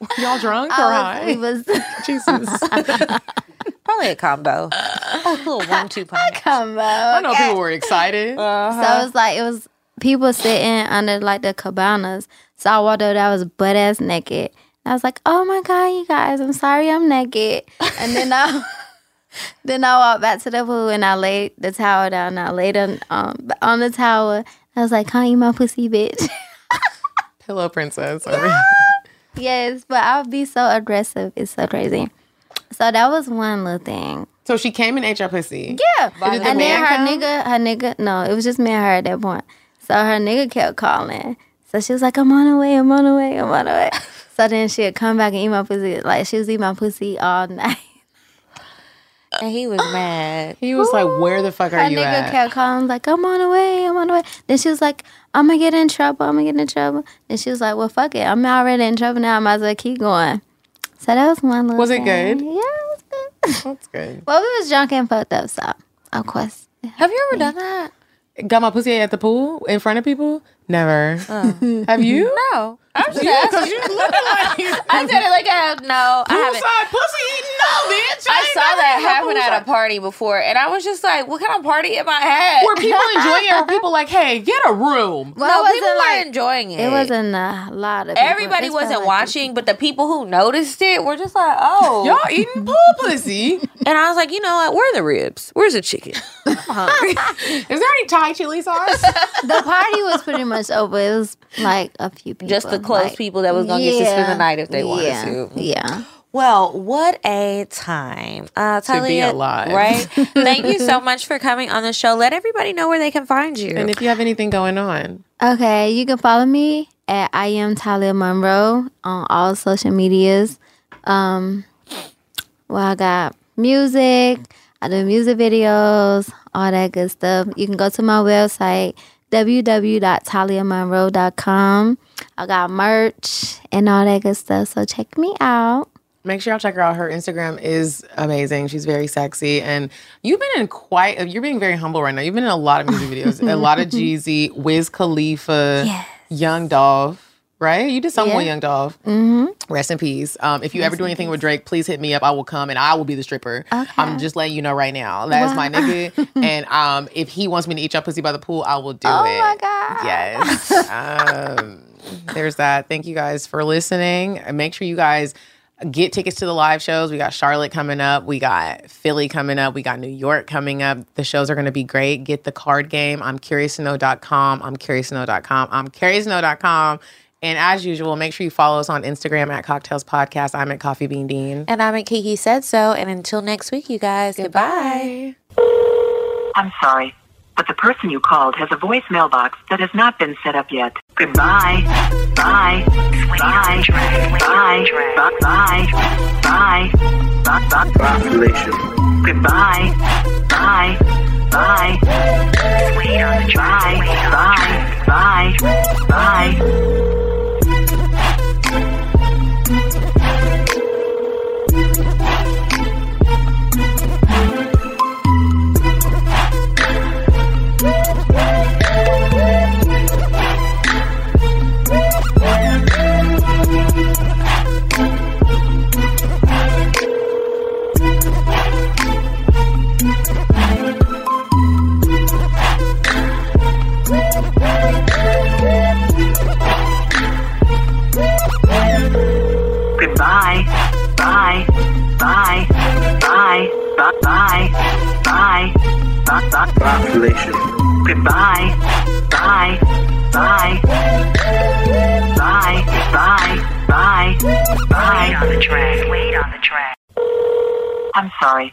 B: Were y'all drunk or
D: I was-
B: high?
D: we was
B: Jesus.
C: Probably a combo. a little one two punch.
D: come
B: I
D: on.
B: know people were excited.
D: So it was like, it was people sitting under like the cabanas. So I walked over there, I was butt ass naked. I was like, oh my God, you guys, I'm sorry I'm naked. And then I. Then I walked back to the pool and I laid the towel down. I laid on um, on the towel. I was like, "Can't eat my pussy, bitch."
B: Pillow princess. Sorry.
D: Yes, but I'll be so aggressive. It's so crazy. So that was one little thing.
B: So she came and ate your pussy.
D: Yeah.
B: Did the
D: and then
B: man
D: her
B: come?
D: nigga, her nigga, no, it was just me and her at that point. So her nigga kept calling. So she was like, I'm on the way, I'm on the way, I'm on the way. So then she'd come back and eat my pussy. Like she was eating my pussy all night.
C: And he was mad.
B: He was like, "Where the fuck
D: Her
B: are you
D: nigga
B: at?"
D: kept calling, like, I'm on the way, I'm on the way. Then she was like, I'm gonna get in trouble, I'm gonna get in trouble. Then she was like, Well, fuck it, I'm already in trouble now, I might as well keep going. So that was one little
B: Was it
D: thing.
B: good?
D: Yeah, it was good.
B: That's good.
D: Well, we was drunk and fucked up, so of course.
C: Have you ever done that?
B: Got my pussy at the pool in front of people? Never. Have you?
C: No. I'm just
B: Yeah,
C: asking.
B: because you looking like
C: I said it like I have. No, I haven't.
B: poolside pussy eating. No, bitch.
C: I
B: ain't
C: saw
B: never
C: that
B: had no
C: happen
B: poolside-
C: at a party before, and I was just like, "What kind of party am I at?"
B: Were people enjoying it? Were people like, "Hey, get a room"?
D: Well,
C: no,
D: it
C: people
D: wasn't
C: were
D: like-
C: enjoying it.
D: It wasn't a lot of people.
C: Everybody
D: It's
C: wasn't
D: probably like
C: watching, but the people who noticed it were just like, "Oh."
B: Y'all eating pool pussy?
C: And I was like, "You know what? Where are the ribs? Where's the chicken?"
B: Is there any Thai chili sauce?
D: The party was pretty much over. It was like a few people.
C: Just the close
D: like-
C: people that was gonna get to spend the night if they wanted
D: yeah,
C: to.
D: Yeah.
C: Well, what a time uh,
B: be
C: Talia,
B: alive.
C: right? Thank you so much for coming on the show. Let everybody know where they can find you.
B: and if you have anything going on,
D: Okay, you can follow me at I am Talia Monroe on all social medias. Um, well, I got music. I do music videos, all that good stuff. You can go to my website www.taliamonroe.com. I got merch and all that good stuff. So check me out.
B: make sure y'all check her out. Her Instagram is amazing. She's very sexy, and you've been in quite. You're being very humble right now. You've been in a lot of music videos, a lot of Jeezy, Wiz Khalifa, Young Dolph. Right, you did something with
D: Yeah.
B: Young Dolph. Mm-hmm. Rest in peace. Um, if you ever do anything with Drake, please hit me up. I will come and I will be the stripper. I'm just letting you know right now. That is my nigga. and um, if he wants me to eat your pussy by the pool, I will do it.
D: Oh my God.
B: Yes. um, there's that. Thank you guys for listening. And Make sure you guys get tickets to the live shows. We got Charlotte coming up. We got Philly coming up. We got New York coming up. The shows are going to be great. Get the card game. I'm curious to know.com. I'm curious to know.com. I'm curious to know.com. And as usual, make sure you follow us on Instagram at Cocktails Podcast. I'm at Coffee Bean Dean.
C: And I'm at Kiki Said So. And until next week, you guys, goodbye.
J: I'm sorry, but the person you called has a voice mailbox that has not been set up yet. Goodbye. Bye. Bye. Bye. Bye. Bye. Bye. Bye. Bye. Population. Goodbye. Bye. Bye. Wait on the Bye. Bye. Bye. Bye. Goodbye. Bye. Bye. Bye. Bye. Bye. Bye. Bye. Bye. Population. Goodbye. Bye. Bye. Bye. Bye. Bye. Bye. Wait on the track. Wait on the track. I'm sorry,